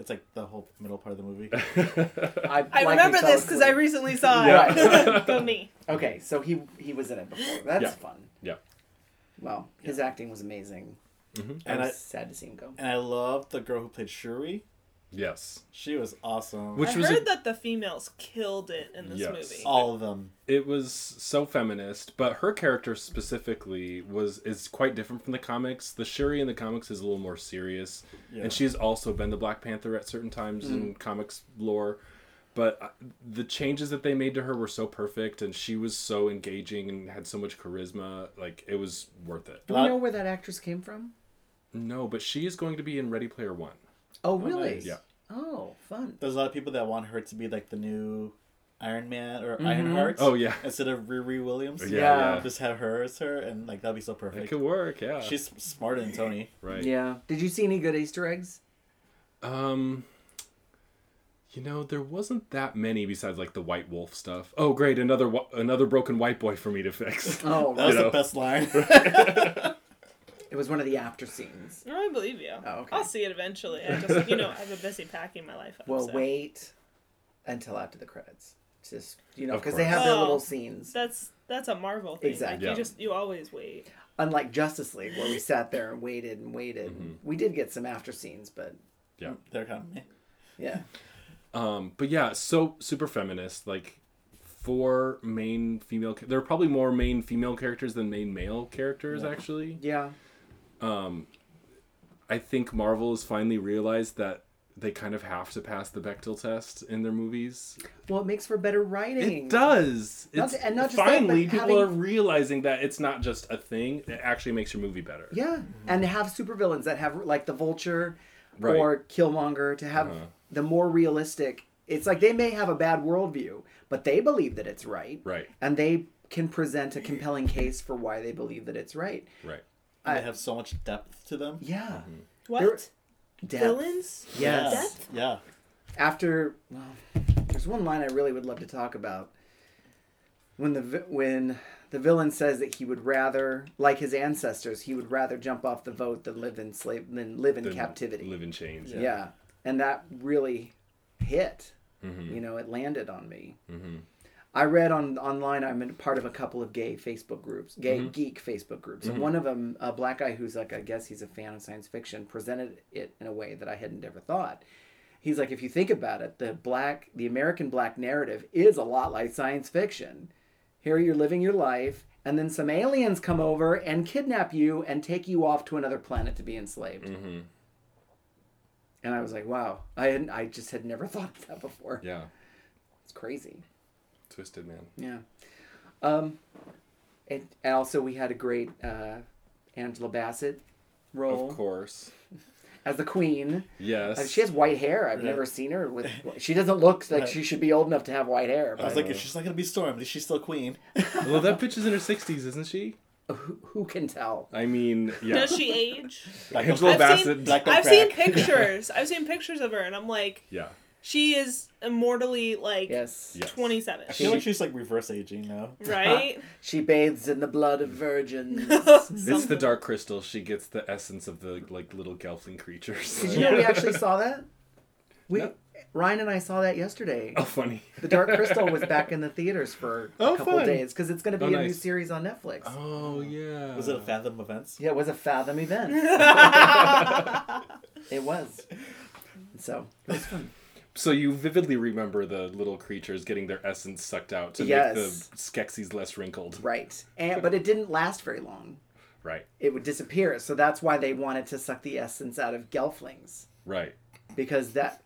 It's like the whole middle part of the movie. I, I likely remember fell this because I asleep. recently saw Yeah. it. Go me. Okay, so he he was in it before. That's Yeah. fun. Yeah. Wow, his acting was amazing. and I I was sad to see him go. and I loved the girl who played Shuri. Yes. She was awesome. Which I was a- heard that the females killed it in this Yes. movie. all of them. it was so feminist, but her character specifically was is quite different from the comics. The Shuri in the comics is a little more serious, Yeah. and she's also been the Black Panther at certain times in comics lore. But uh, the changes that they made to her were so perfect, and she was so engaging and had so much charisma. Like it was worth it. Do we know where that actress came from? No, but she is going to be in Ready Player One. Oh, really? nice. Yeah. Oh, fun. There's a lot of people that want her to be like the new Iron Man or Ironheart. Oh, yeah. Instead of Riri Williams. Yeah. yeah. Just have her as her and like that'd be so perfect. It could work. Yeah. She's smarter than Tony. right. Yeah. Did you see any good Easter eggs? Um, you know, there wasn't that many besides like the White Wolf stuff. Oh, great, another wh- another broken white boy for me to fix. Um, Oh, That was You the know. best line. it was one of the after scenes. No, I believe you. Oh, okay. I'll see it eventually. I just, you know, I've been busy packing my life up. Well, so. wait until after the credits. Just you know, Of because they course. have their Oh. little scenes. That's that's a Marvel thing. Like, Exactly. Yeah. You just you always wait. Unlike Justice League, where we sat there and waited and waited. Mm-hmm. We did get some after scenes, but yeah. They're kind of meh. yeah. Um, but yeah, so super feminist. Like four main female. Ca- there are probably more main female characters than main male characters. Actually, Yeah. I think Marvel has finally realized that they kind of have to pass the Bechtel test in their movies. Well, it makes for better writing. It does. Not It's, to- and not just that, finally, but people having- are realizing that it's not just a thing. It actually makes your movie better. Yeah, and to have supervillains that have like the Vulture Right. Uh-huh. or Killmonger to have the more realistic. It's like they may have a bad worldview, but they believe that it's right, Right. and they can present a compelling case for why they believe that it's right. Right. they have so much depth to them. Yeah, Mm-hmm. What Depth. villains? Yes. Depth? Yeah. After, well, there's one line I really would love to talk about. When the vi- when the villain says that he would rather, like his ancestors, he would rather jump off the boat than live in slave than live in Than captivity. Live in chains. Yeah. Mm-hmm. And that really hit. You know, it landed on me. I read on online. I'm in part of a couple of gay Facebook groups, gay Mm-hmm. geek Facebook groups, and one of them, a black guy who's like, I guess he's a fan of science fiction, presented it in a way that I hadn't ever thought. He's like, if you think about it, the black, the American black narrative is a lot like science fiction. Here you're living your life, and then some aliens come over and kidnap you and take you off to another planet to be enslaved. Mm-hmm. And I was like, wow, I hadn't, I just had never thought of that before. Yeah. It's crazy. Twisted man. Yeah. Um, and, and also we had a great uh, Angela Bassett role Of course. as the queen. Yes. Oh. Uh, she has white hair. I've Yeah. never seen her with. She doesn't look like she should be old enough to have white hair. I was But like, if she's not gonna be Storm, but she's still Queen. well, that bitch is in her 60s, isn't she? who, who can tell? I mean, yeah. Does she age? Like, Angela I've Bassett. seen- Black on I've seen crack. pictures. I've seen pictures of her, and I'm like, Yeah. she is immortally like Yes. Yes. 27, I feel like she's like reverse aging now. right? She bathes in the blood of virgins. It's the dark crystal. She gets the essence of the like little gelfling creatures. Did you know we actually saw that? We Ryan and I saw that yesterday. How funny. The Dark Crystal was back in the theaters for a Oh, couple fun. days because it's going to Oh, be a new nice. series on Netflix. Oh yeah. Was it a Fathom Events? Yeah, it was a Fathom event. it was. So it was fun. So you vividly remember the little creatures getting their essence sucked out to Yes. make the Skeksis less wrinkled. right, and but it didn't last very long. Right. It would disappear, so that's why they wanted to suck the essence out of Gelflings Right. because that.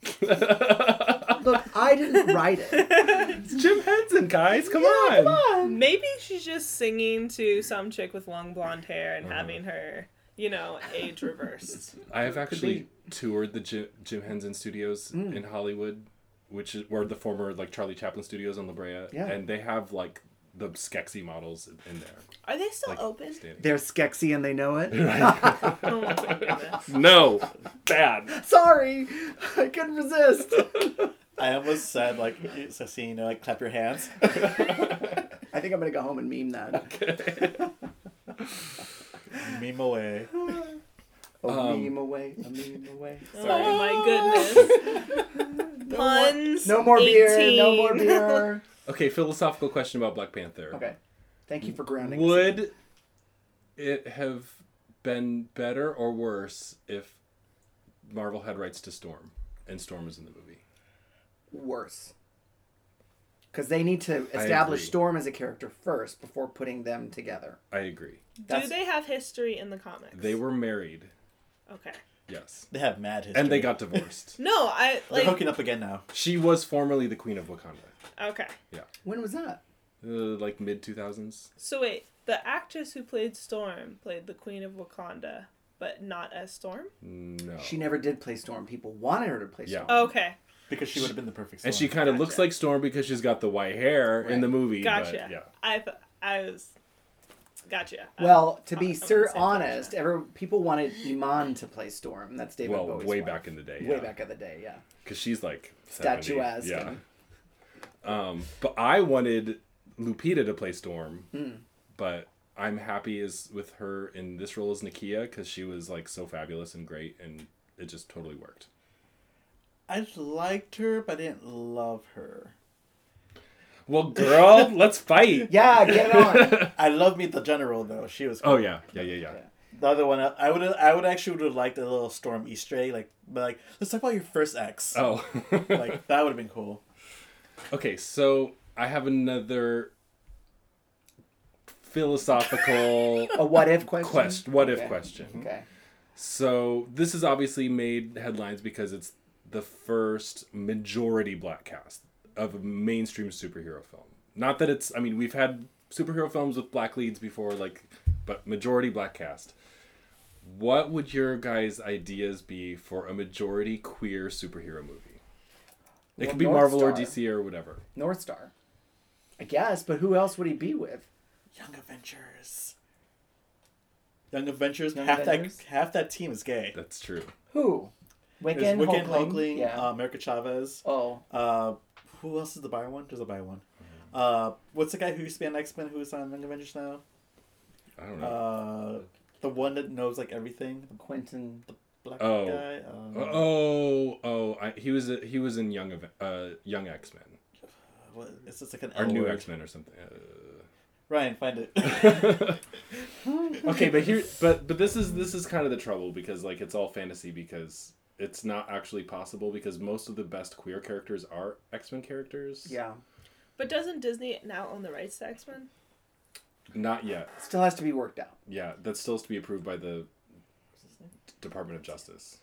Look, I didn't write it. It's Jim Henson, guys. Come on. Maybe she's just singing to some chick with long blonde hair Uh-huh. and having her, you know, age reversed. I have actually toured the Jim, Jim Henson Studios Hmm. in Hollywood, which is where the former like Charlie Chaplin Studios on La Brea, Yeah. and they have like the Skeksis models in there. Are they still Like, open? standing. They're skexy and they know it. Oh my goodness. No, bad. Sorry, I couldn't resist. I almost said like, so see, you know, like clap your hands. I think I'm gonna go home and meme that. Meme away. A Um, meme away, a meme away. Oh my goodness. Puns. No more beer. No 18. more beer. Okay, philosophical question about Black Panther. Okay, thank you for grounding. us. Would it have been better or worse if Marvel had rights to Storm and Storm was in the movie? worse. Because they need to establish agree. Storm as a character first before putting them together. I agree. That's- Do they have history in the comics? They were married. Okay. Yes. They have mad history. And they got divorced. No, I They're like. hooking up again now. she was formerly the queen of Wakanda. Okay. When was that? Uh, like mid 2000s. So wait, the actress who played Storm played the Queen of Wakanda, but not as Storm. No. She never did play Storm. People wanted her to play Oh. Yeah. Storm. Okay. Because she would have been the perfect. and she Storm. kind of looks Gotcha. like Storm because she's got the white hair in the movie. but Gotcha. yeah. I th- I was. Gotcha. Um, Well, to I'm be on the sir same page honest, ever people wanted Iman to play Storm. That's David Well, Bowie's way wife. back in the day. way yeah. back in the day. Yeah, because she's like 70. statuesque. Yeah. and- Um, but I wanted Lupita to play Storm, Hmm. but I'm happy as with her in this role as Nakia because she was like so fabulous and great, and it just totally worked. I liked her, but I didn't love her. Well, girl, let's fight. yeah, get it on. I love Meet the General though. She was. Oh yeah, yeah, yeah, yeah. The other one, I would, I would actually would have liked a little Storm Easter egg, like, but like, let's talk about your first ex. Oh, Like that would have been cool. okay. So I have another philosophical A what if question. quest. What if Okay. question? Okay. So this has obviously made headlines because it's the first majority black cast of a mainstream superhero film. Not that it's I mean, we've had superhero films with black leads before, like but majority black cast. What would your guys' ideas be for a majority queer superhero movie? It Well, could be North Marvel or Star. DC or whatever. North Star. I guess, but who else would he be with? Young Avengers. Young Avengers. Young half Avengers? that half that team is gay. That's true. Who? There's Wiccan, Hulkling? Wiccan, Hulkling, Yeah. uh, America Chavez. oh, Uh, who else is the bi one? There's a bi one. Mm-hmm. Uh, what's the guy who used to be on X Men who's on Young Avengers now? I don't know. Uh, the one that knows like everything. The Quentin. black Oh. guy. Um, oh, oh, I, he was he was in Young Ave- uh, Young X Men. what, is this like an Our L new word? X Men uh, or something. Uh, Ryan, find it. okay, but here, but but this is this is kind of the trouble because like it's all fantasy because it's not actually possible because most of the best queer characters are X Men characters. Yeah. But doesn't Disney now own the rights to X Men? Not yet. Still has to be worked out. Yeah, that still has to be approved by the Department of Justice.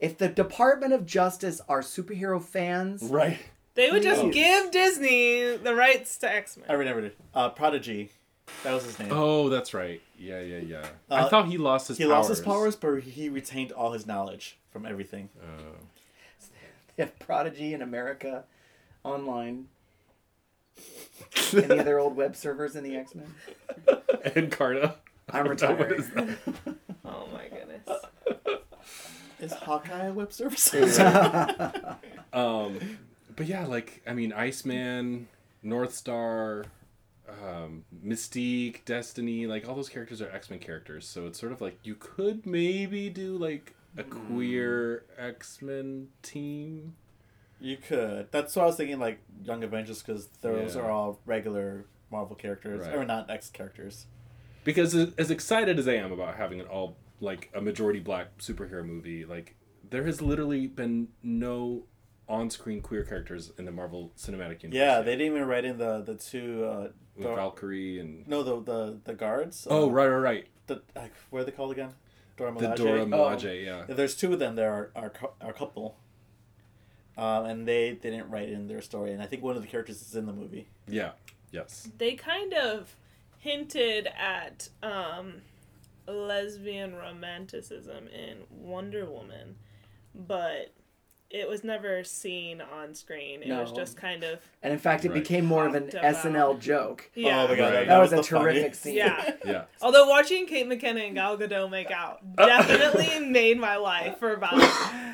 If the Department of Justice are superhero fans, Right. They would just Please. give Disney the rights to X I Men. read it. Uh, Prodigy, that was his name. Oh, that's right. Yeah, yeah, yeah. I Uh, thought he lost his he powers. lost his powers, but he retained all his knowledge from everything. Oh. they have Prodigy in America online. Any other old web servers in the X Men? and Carta. I'm retired. Oh my goodness. Is Hawkeye a web service? Um, but yeah, like I mean, Iceman, North Star, um, Mystique, Destiny, like all those characters are X Men characters. So it's sort of like you could maybe do like a Hmm. queer X Men team. you could. That's what I was thinking, like Young Avengers, because those Yeah. are all regular Marvel characters, Right. or not X characters. Because as as excited as I am about having an all like a majority black superhero movie, like there has literally been no on screen queer characters in the Marvel Cinematic Universe. Yeah, yet. they didn't even write in the the two. Uh, with Dor- Valkyrie and no, the the the guards. oh uh, right, right, right. The, uh, what are they called again? Dora The Milaje? Dora Oh. Milaje, yeah. Yeah, There's two of them that are are, cou- are a couple, um, and they didn't write in their story. And I think one of the characters is in the movie. Yeah. Yes. They kind of hinted at um, lesbian romanticism in Wonder Woman, but it was never seen on screen. It was No. just kind of and in fact, it Right. became more of an Talked about. SNL joke. yeah. Oh my god, Right. That was a the terrific funniest- scene. Yeah. Yeah. Uh, Although watching Kate McKenna and Gal Gadot make out definitely made my life for about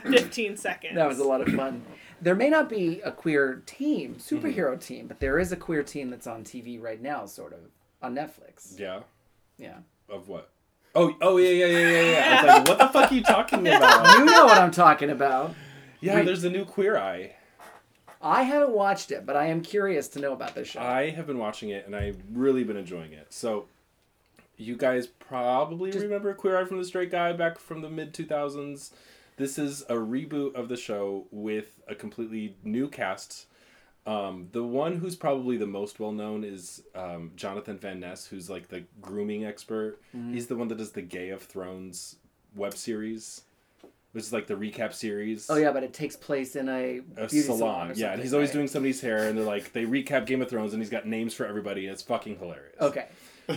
15 seconds. That was a lot of fun. There may not be a queer team, Mm-hmm. superhero team, but there is a queer team that's on TV right now, sort of on Netflix. Yeah. Yeah. Of what? Oh, oh yeah, yeah, yeah, yeah, yeah. I was like, what the fuck are you talking about? You know what I'm talking about. Yeah, Wait. there's a new Queer Eye. I haven't watched it, but I am curious to know about this show. I have been watching it and I've really been enjoying it. So, you guys probably remember Queer Eye from the Straight Guy back from the mid 2000s. This is a reboot of the show with a completely new cast. Um, the one who's probably the most well known is um, Jonathan Van Ness, who's like the grooming expert. He's the one that does the Gay of Thrones web series, which is like the recap series oh yeah, but it takes place in a, a beauty salon. salon. or yeah, and something, he's always right? doing somebody's hair, and they're like, they recap Game of Thrones, and he's got names for everybody, and it's fucking hilarious. Okay.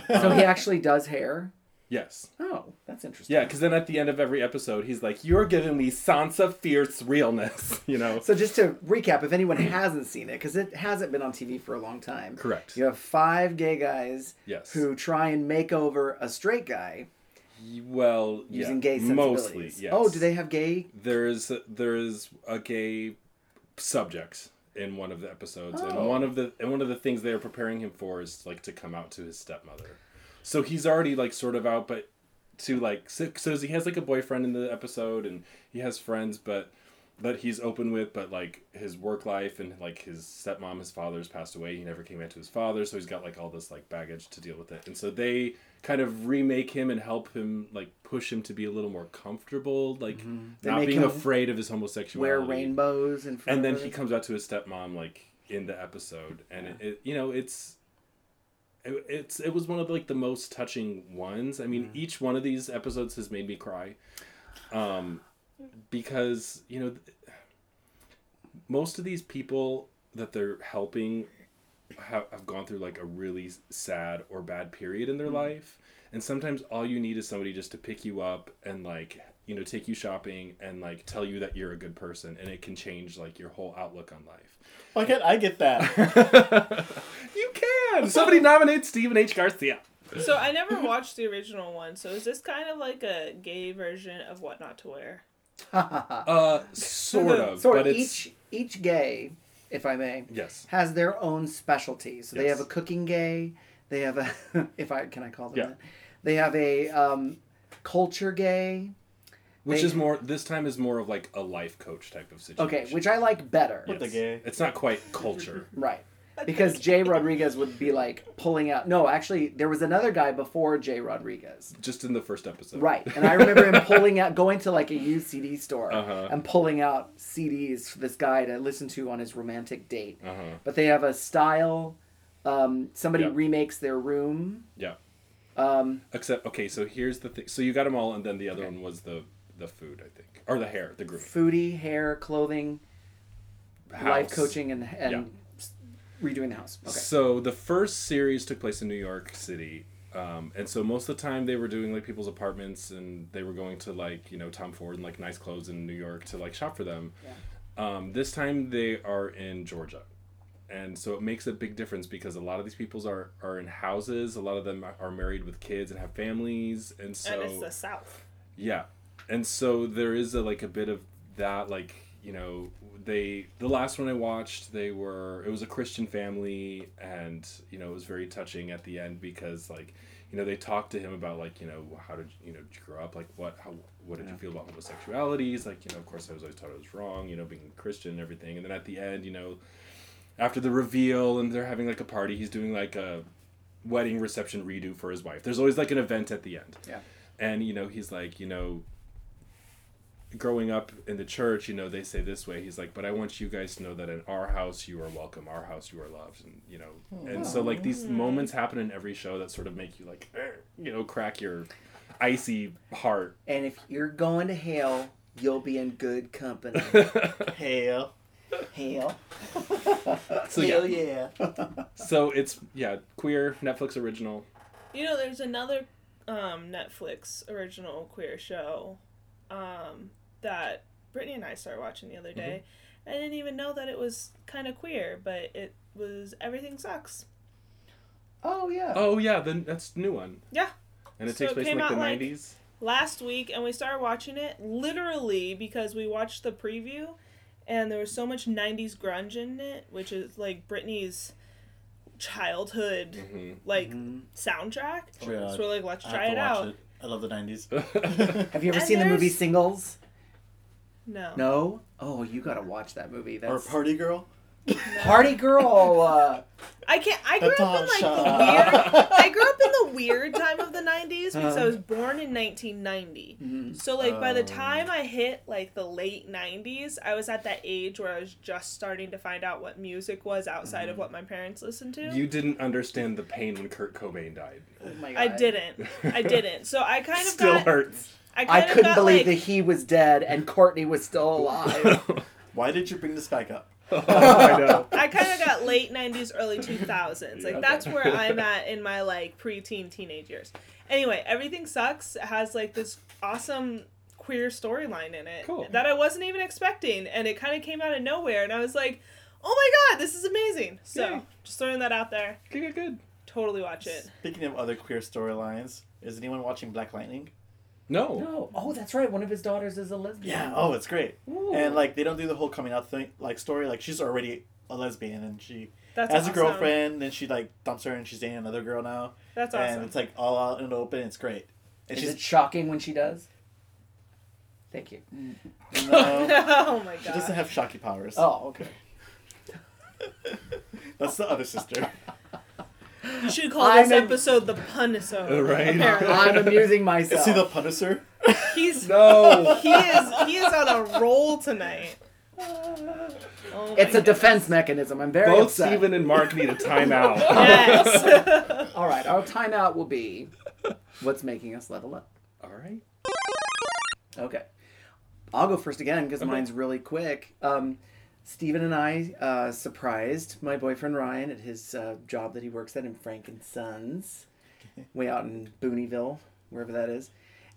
So he actually does hair. Yes. Oh, that's interesting. Yeah, because then at the end of every episode, he's like, "You're giving me Sansa fierce realness," you know. So just to recap, if anyone hasn't seen it, because it hasn't been on TV for a long time. Correct. You have five gay guys Yes. who try and make over a straight guy Y- Well, using yeah, gay sensibilities. mostly. Yes. Oh, do they have gay? There is there is a gay subject in one of the episodes, Oh. and one of the and one of the things they are preparing him for is like to come out to his stepmother. So he's already like sort of out, but to like so, so he has like a boyfriend in the episode, and he has friends, but that he's open with, but like his work life and like his stepmom, his father's passed away. He never came out to his father, so he's got like all this like baggage to deal with it. And so they kind of remake him and help him like push him to be a little more comfortable, like Mm-hmm. They not make being him afraid of his Wear homosexuality. rainbows and. and then he comes out to his stepmom like in the episode, and it, it you know it's. It, it's it was one of like the most touching ones. I mean, each one of these episodes has made me cry, um, because you know most of these people that they're helping have, have gone through like a really s- sad or bad period in their life and sometimes all you need is somebody just to pick you up and like you know take you shopping and like tell you that you're a good person and it can change like your whole outlook on life Why can't I get that? you can somebody nominate stephen h garcia So I never watched the original one. So is this kind of like a gay version of what not to wear? uh sort of Sort of but it's each each gay, if I may, yes has their own specialty. So they Yes. have a cooking gay. They have a if I can I call them Yeah. that. They have a um, culture gay. Which They- is more this time is more of like a life coach type of situation. Okay, which I like better. What the gay? It's not quite culture. Right. Because Jay Rodriguez would be like pulling out. No, actually, there was another guy before Jay Rodriguez. just in the first episode. Right. And I remember him pulling out, going to like a used CD store Uh-huh. and pulling out CDs for this guy to listen to on his romantic date. Uh huh. But they have a style. Um, somebody Yeah. remakes their room. Yeah. Um, Except okay, so here's the thing. So you got them all, and then the other one was the the food, I think, or the hair, the grooming, foodie, hair, clothing, life House. coaching, and, and Yeah. s- redoing the house. Okay. So the first series took place in New York City. Um, and so most of the time they were doing like people's apartments and they were going to like, you know, Tom Ford and like nice clothes in New York to like shop for them. Um, this time they are in Georgia. And so it makes a big difference because a lot of these peoples are, are in houses. A lot of them are married with kids and have families. And so and it's the South. yeah, and so there is a like a bit of that like you know they the last one I watched they were it was a Christian family and you know it was very touching at the end because like you know they talked to him about like you know how did you know did you grow up like what how what did you feel about homosexuality he's like you know of course I was always taught it was wrong you know being Christian and everything and then at the end you know after the reveal and they're having like a party he's doing like a wedding reception redo for his wife there's always like an event at the end Yeah. and you know he's like you know growing up in the church you know they say this way he's like but i want you guys to know that in our house you are welcome our house you are loved and you know and so like Mm. these moments happen in every show that sort of make you like "Eh," you know crack your icy heart And if you're going to hell, you'll be in good company. Hell. hell. so Hell yeah yeah. so it's yeah queer netflix original You know, there's another um, Netflix original queer show um, that Brittany and I started watching the other day. Mm-hmm. I didn't even know that it was kind of queer, but it was Everything Sucks. Oh, yeah. oh yeah then that's new one Yeah. and it So takes it place in came like the out, like- 90s last week and we started watching it literally because we watched the preview and there was so much 90s grunge in it which is like Britney's childhood like soundtrack Sure. so we're like let's Mm-hmm. Oh, I try have it to watch out it. I love the 90s. Have you ever And seen the movie there's- Singles? no No? Oh, you gotta watch that movie. or That's Party Girl. Party Girl. Uh, i can't i grew up in like the weird Natasha. i grew up in the weird time of the 90s because Uh-huh. i was born in 1990 Mm-hmm. so like by the Oh. Um. time i hit like the late 90s i was at that age where i was just starting to find out what music was outside Mm-hmm. of what my parents listened to you didn't understand the pain when kurt cobain died oh my God. I didn't. I didn't. So I kind of still got. hurts I I kind of couldn't got believe like. that he was dead and Courtney was still alive. Why did you bring this back up? i know I kind of got late '90s, early 2000s. Like that's where I'm at in my like preteen, teenage years. Anyway, everything sucks. Has like this awesome queer storyline in it Cool. that I wasn't even expecting, and it kind of came out of nowhere. And I was like, "Oh my god, this is amazing!" So Yay. just throwing that out there. good good good Totally watch it. Speaking of other queer storylines, is anyone watching Black Lightning? no no. Oh, that's right. One of his daughters is a lesbian. Yeah. Oh, it's great. Ooh. And like they don't do the whole coming out thing, like story. Like she's already a lesbian, and she That's has awesome. a girlfriend, and she like dumps her, and she's dating another girl now. That's and awesome. it's like all out in the open. It's great. And Is she's it shocking when she does? Thank you. no, oh my she doesn't god. have shocky powers. Oh, okay. That's the other sister. You should call I'm this in- episode the punisode. Right. Apparently. I'm amusing myself. Is he the Punisher? He's No. he is he is on a roll tonight. Oh my it's a God. defense mechanism. I'm very Both upset. Steven and Mark need a timeout. Yes. All right, our timeout will be what's making us level up. All right. Okay. I'll go first again because mine's really quick. Um, Steven and I uh, surprised my boyfriend Ryan at his uh, job that he works at in Frank and Sons, way out in Booneyville, wherever that is.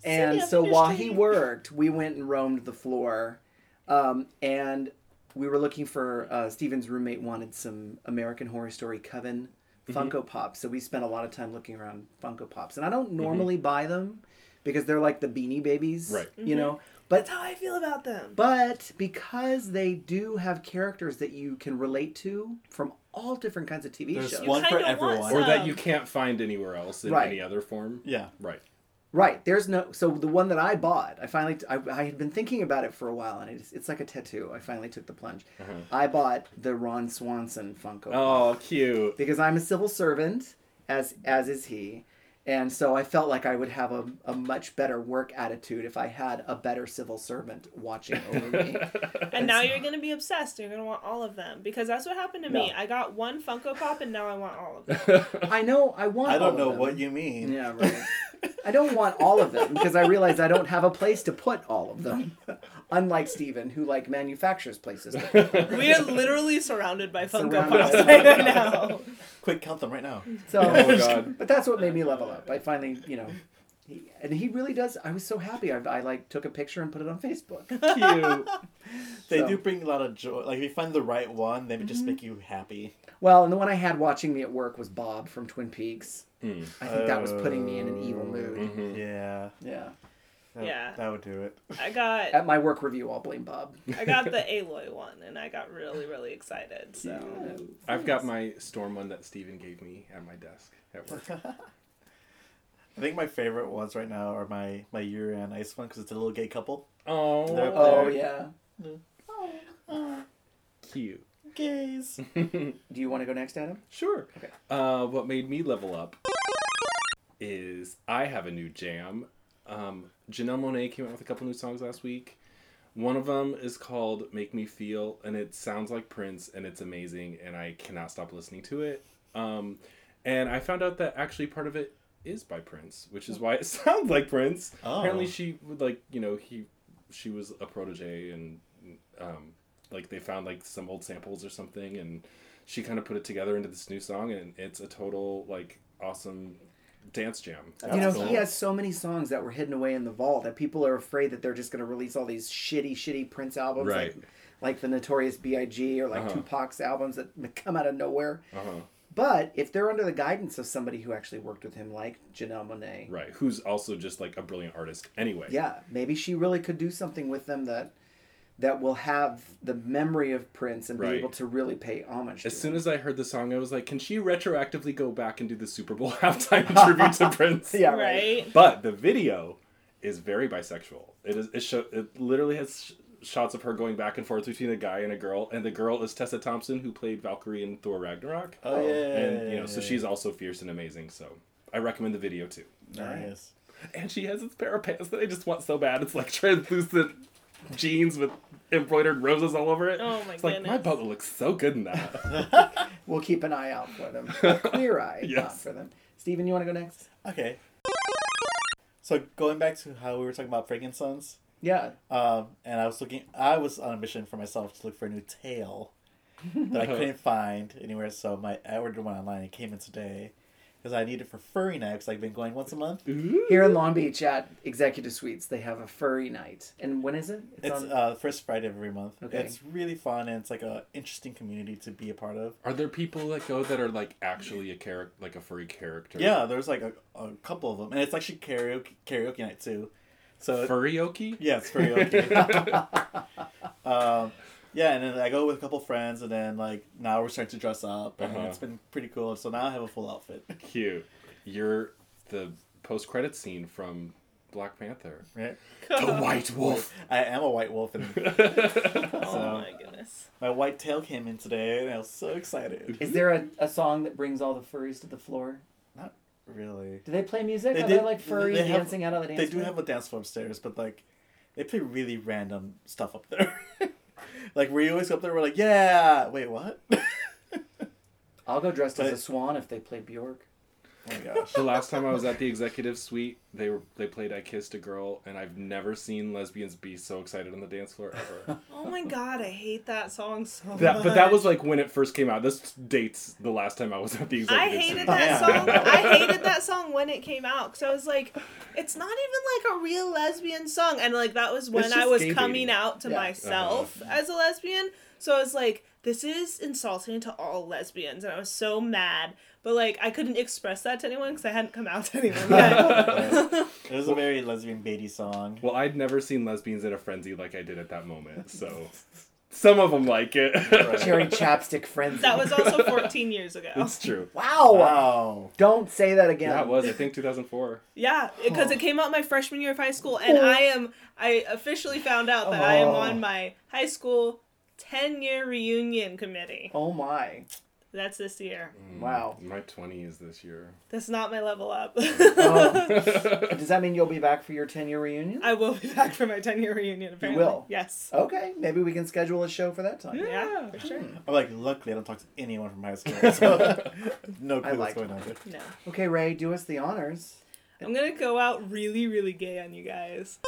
And City of so while he Industry. worked, we went and roamed the floor. Um, and we were looking for uh, Steven's roommate wanted some American Horror Story Coven Funko Pops. So we spent a lot of time looking around Funko Pops. And I don't normally buy them because they're like the beanie babies. Right. You know? But That's how I feel about them. but because they do have characters that you can relate to from all different kinds of TV There's shows. one for kinda want everyone. Or that Um, you can't find anywhere else in Right. any other form. Yeah. Right. Right. There's no. So the one that I bought, I finally, I, I had been thinking about it for a while, and it's, it's like a tattoo. I finally took the plunge. Uh-huh. I bought the Ron Swanson Funko. Pop Oh, cute. because I'm a civil servant, as as is he, and so I felt like I would have a, a much better work attitude if I had a better civil servant watching over me. And now you're gonna be obsessed. You're gonna want all of them because that's what happened to me. No. I got one Funko Pop and now I want all of them. I know I want. I all don't of know them. what you mean. Yeah, right. I don't want all of them because I realize I don't have a place to put all of them. Unlike Steven, who like manufactures places. To put them. We are literally surrounded by Funko Surrounded Pops by right Funko now. Quick, count them right now. So, Oh god. but that's what made me level up. I finally, you know, he, and he really does. I was so happy. I, I like took a picture and put it on Facebook. Cute. They So- do bring a lot of joy. Like if you find the right one, they just make you happy. Well, and the one I had watching me at work was Bob from Twin Peaks. I think that was putting me in an evil mood. Mm-hmm. Yeah. Yeah. That- Yeah. That would do it. I got At my work review, I'll blame Bob. I got the Aloy one and I got really really excited. So I've got my storm one that Steven gave me at my desk at work. I think my favorite ones right now are my my Yuri and Ice one because it's a little gay couple. Oh, They're- Oh yeah. cute. Gays. Do you want to go next, Adam? Sure. Uh, what made me level up is I have a new jam. Um, Janelle Monet came out with a couple new songs last week. One of them is called Make Me Feel, and it sounds like Prince, and it's amazing, and I cannot stop listening to it. Um, and I found out that actually part of it is by Prince, which is why it sounds like Prince. Oh. Apparently, she would like, you know, he, she was a protege, and um, like they found like some old samples or something, and she kind of put it together into this new song, and it's a total like awesome dance jam. you know, That's he cool. has so many songs that were hidden away in the vault that people are afraid that they're just going to release all these shitty, shitty Prince albums, Right. like, like the Notorious B.I.G. or like Uh-huh. Tupac's albums that come out of nowhere. Uh huh. But if they're under the guidance of somebody who actually worked with him, like Janelle Monet, Right. Who's also just like a brilliant artist anyway. yeah maybe she really could do something with them that that will have the memory of prince and Right. be able to really pay homage As to soon as I heard the song, I was like, can she retroactively go back and do the Super Bowl halftime tribute to Prince? him. yeah right, right. But the video is very bisexual. It is it show it literally has sh- shots of her going back and forth between a guy and a girl, and the girl is Tessa Thompson who played Valkyrie in Thor Ragnarok. Oh yeah. and you know, so she's also fierce and amazing. So I recommend the video too. nice. And she has this pair of pants that I just want so bad. It's like translucent jeans with embroidered roses all over it. Oh my it's like my goodness. butler looks so good in that. we'll keep an eye out for them a clear eye out Yes. for them steven you want to go next Okay. So going back to how we were talking about Frankenstein's. yeah Um, and I was looking. I was on a mission for myself to look for a new tail that I couldn't find anywhere. So my I ordered one online. It came in today because I need it for furry night because I've been going once a month. here in long beach at executive suites they have a furry night and when is it It's uh, first Friday of every month. Okay. It's really fun and it's like a interesting community to be a part of. Are there people that go that are like actually a character, like a furry character? Yeah, there's like a, a couple of them, and it's actually karaoke karaoke night too. So Furryoki? uh, yeah, it's karaoke. um, yeah, and then I go with a couple friends, and then like now we're starting to dress up, and Uh-huh. it's been pretty cool. So now I have a full outfit. Cute. You're the post credit scene from Black Panther. Right? The White Wolf. I am a white wolf, and Oh my goodness. my white tail came in today, and I was so excited. is there a, a song that brings all the furries to the floor Not really. do they play music They are did- they like furries they have- dancing out of the dance They do floor? have a dance floor upstairs, but like they play really random stuff up there. like we always go up there, we're like, yeah, wait, what? oh i'll go dressed as But- a swan if they play bjork my gosh. The last time I was at the executive suite, they were they played "I Kissed a Girl," and I've never seen lesbians be so excited on the dance floor ever. Oh my god, I hate that song so that, much. but that was like when it first came out. This dates the last time I was at the I executive hated suite. that Yeah. song. I hated that song when it came out because I was like, it's not even like a real lesbian song, and like that was when It's I just was gay Uh-huh. coming baiting. out to Yeah. myself as a lesbian. So I was like, this is insulting to all lesbians, and I was so mad. But like, I couldn't express that to anyone because I hadn't come out to anyone yet. It was a very lesbian baity song. Well, I'd never seen lesbians in a frenzy like I did at that moment. So Some of them like it. Cherry chapstick frenzy. That was also 14 years ago. That's true. wow. Wow. Don't say that again. That was, I think, 2004. Yeah, because it came out my freshman year of high school, and I Oh. am I officially found out that I am on my high school ten year reunion committee. Oh my. That's this year. Mm. Mm. Wow. My 20 is this year. That's not my level up. Oh. Does that mean you'll be back for your 10 year reunion? I will be back for my ten year reunion. Apparently, will? Oh. Yes. Okay, maybe we can schedule a show for that time. Yeah, hmm. for sure. I'm like, luckily I don't talk to anyone from high school. So no I clue like what's going it. on here. No, Okay, Ray, do us the honors. I'm gonna go out really, really gay on you guys.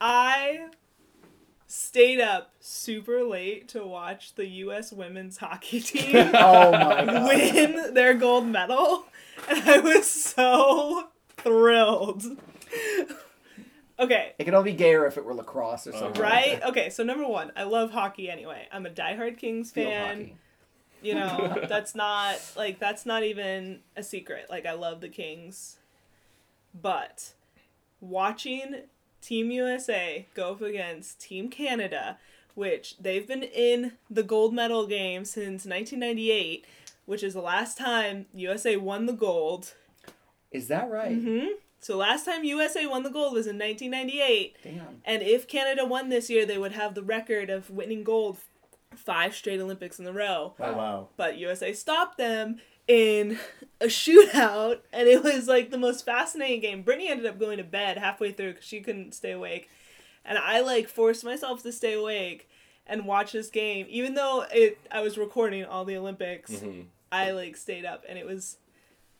I stayed up super late to watch the U.S. women's hockey team. Oh my god. win their gold medal, and I was so thrilled. okay, It could all be gayer if it were lacrosse or something. right? Okay, so number one, I love hockey anyway. I'm a diehard Kings Field fan. hockey. You know, that's not like that's not even a secret. Like I love the Kings, but watching Team USA go up against Team Canada, which they've been in the gold medal game since 1998, which is the last time USA won the gold. Is that right? Mm-hmm. So last time USA won the gold was in 1998. Damn. And if Canada won this year, they would have the record of winning gold five straight Olympics in a row. Oh wow. But USA stopped them in a shootout, and it was like the most fascinating game. Brittany ended up going to bed halfway through because she couldn't stay awake. And I like forced myself to stay awake and watch this game, even though it I was recording all the Olympics. I like stayed up, and it was,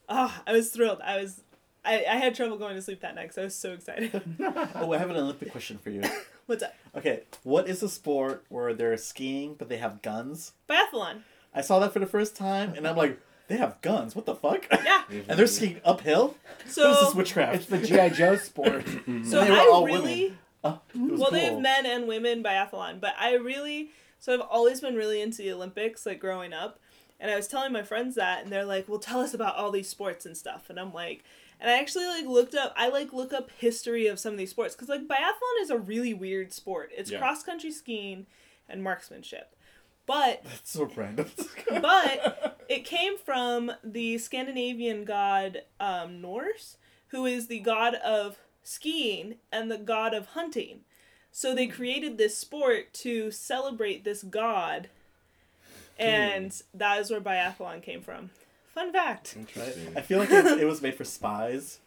oh, I was thrilled. I was, I, I had trouble going to sleep that night because I was so excited. Oh, I have an Olympic question for you. What's up? Okay, what is a sport where they're skiing but they have guns? Biathlon. I saw that for the first time and I'm like, they have guns. What the fuck? Yeah. and they're skiing uphill. So what is this witchcraft? It's the G.I. Joe sport. So They were I all really women. Oh, it was well, they cool. have men and women biathlon, but I really so I've always been really into the Olympics, like growing up, and I was telling my friends that, and they're like, "Well, tell us about all these sports and stuff," and I'm like. And I actually like looked up. I like look up history of some of these sports because like biathlon is a really weird sport. It's Yeah. cross country skiing and marksmanship, but That's so random. but it came from the Scandinavian god um, Norse, who is the god of skiing and the god of hunting. So they created this sport to celebrate this god, and that is where biathlon came from. Fun fact. Interesting. I feel like it, it was made for spies.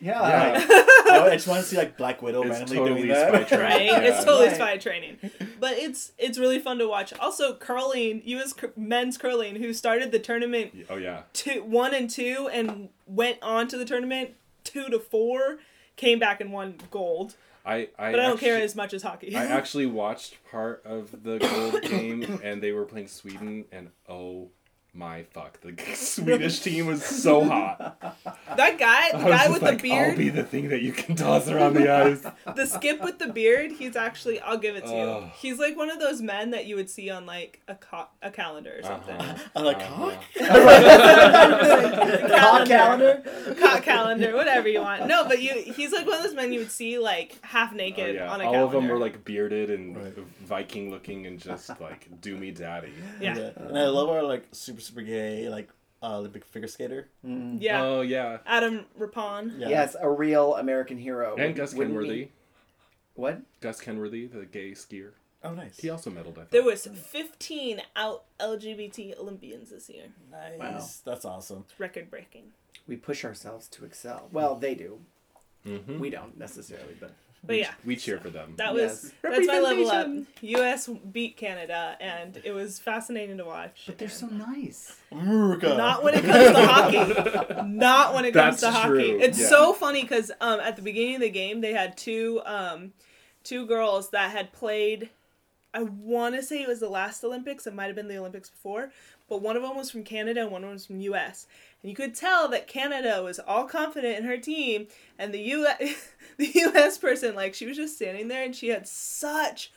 Yeah. Yeah, I just want to see like Black Widow it's randomly totally doing that. spy training. Right, Yeah. it's totally Right. spy training, but it's it's really fun to watch. Also, curling, U.S. cur- men's curling, who started the tournament oh yeah. two one and two and went on to the tournament two to four came back and won gold I I, but i, don't care actually- as much as hockey I actually watched part of the gold game, and they were playing Sweden, and oh my fuck, the Swedish team was so hot. that guy the I was guy just with like, the beard I'll be the thing that you can toss around the ice. the skip with the beard he's actually i'll give it to you Ugh. he's like one of those men that you would see on like a, co- a calendar or something Uh-huh. I'm like, huh? Uh-huh. Cock calendar. cock calendar whatever you want no but you he's like one of those men you would see like half Oh, naked yeah. on a All calendar of them were like bearded and Right. Viking looking and just like doomy daddy. yeah yeah, Yeah. And I love our like super super gay like uh, Olympic figure skater. Oh yeah. adam rapon Yeah. Yes, a real American hero. And Gus Wouldn't Kenworthy. be- What? Gus Kenworthy, the gay skier. Oh nice. He also medaled, I thought. there was 15 out lgbt olympians this year Nice. Wow. That's awesome. record breaking We push ourselves to excel. Well, they do. We don't necessarily, but but yeah we cheer for them. That Yes. was that's my level up. U.S. beat Canada, and it was fascinating to watch. they're so nice. America. Not when it comes to hockey. Not when it comes That's to true, hockey. It's yeah. so funny because um, at the beginning of the game, they had two um, two girls that had played. I want to say it was the last Olympics. It might have been the Olympics before, but one of them was from Canada and one of them was from U.S. And you could tell that Canada was all confident in her team, and the U.S. the U.S. person like she was just standing there and she had such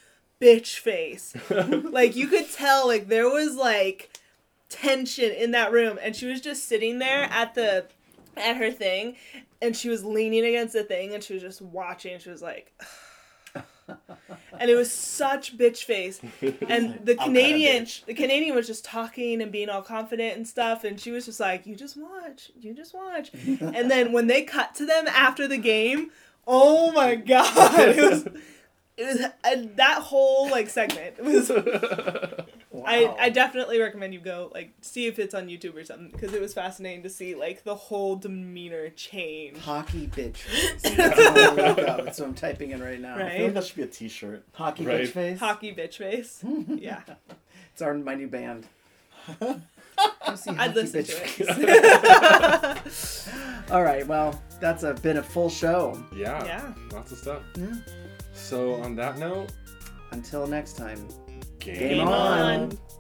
bitch face. like you could tell like there was like tension in that room and she was just sitting there Mm. at the at her thing and she was leaning against the thing and she was just watching and she was like and it was such bitch face. And the I'm kinda Canadian, bitch. the Canadian was just talking and being all confident and stuff, and she was just like, "You just watch, you just watch." And then when they cut to them after the game, oh my god, it was. It was and that whole like segment was. I, I definitely recommend you go like see if it's on YouTube or something because it was fascinating to see like the whole demeanor change. Hockey bitch face. Oh my God, That's what I'm typing in right now. Right. I feel like that should be a T-shirt. Hockey Right. bitch face. Hockey bitch face. Yeah. It's our my new band. Go see I'd Hockey listen Bitch Face. to it. All right, well, that's a, been a full show. Yeah. Yeah. Lots of stuff. So on that note, Until next time. game, Game on. on.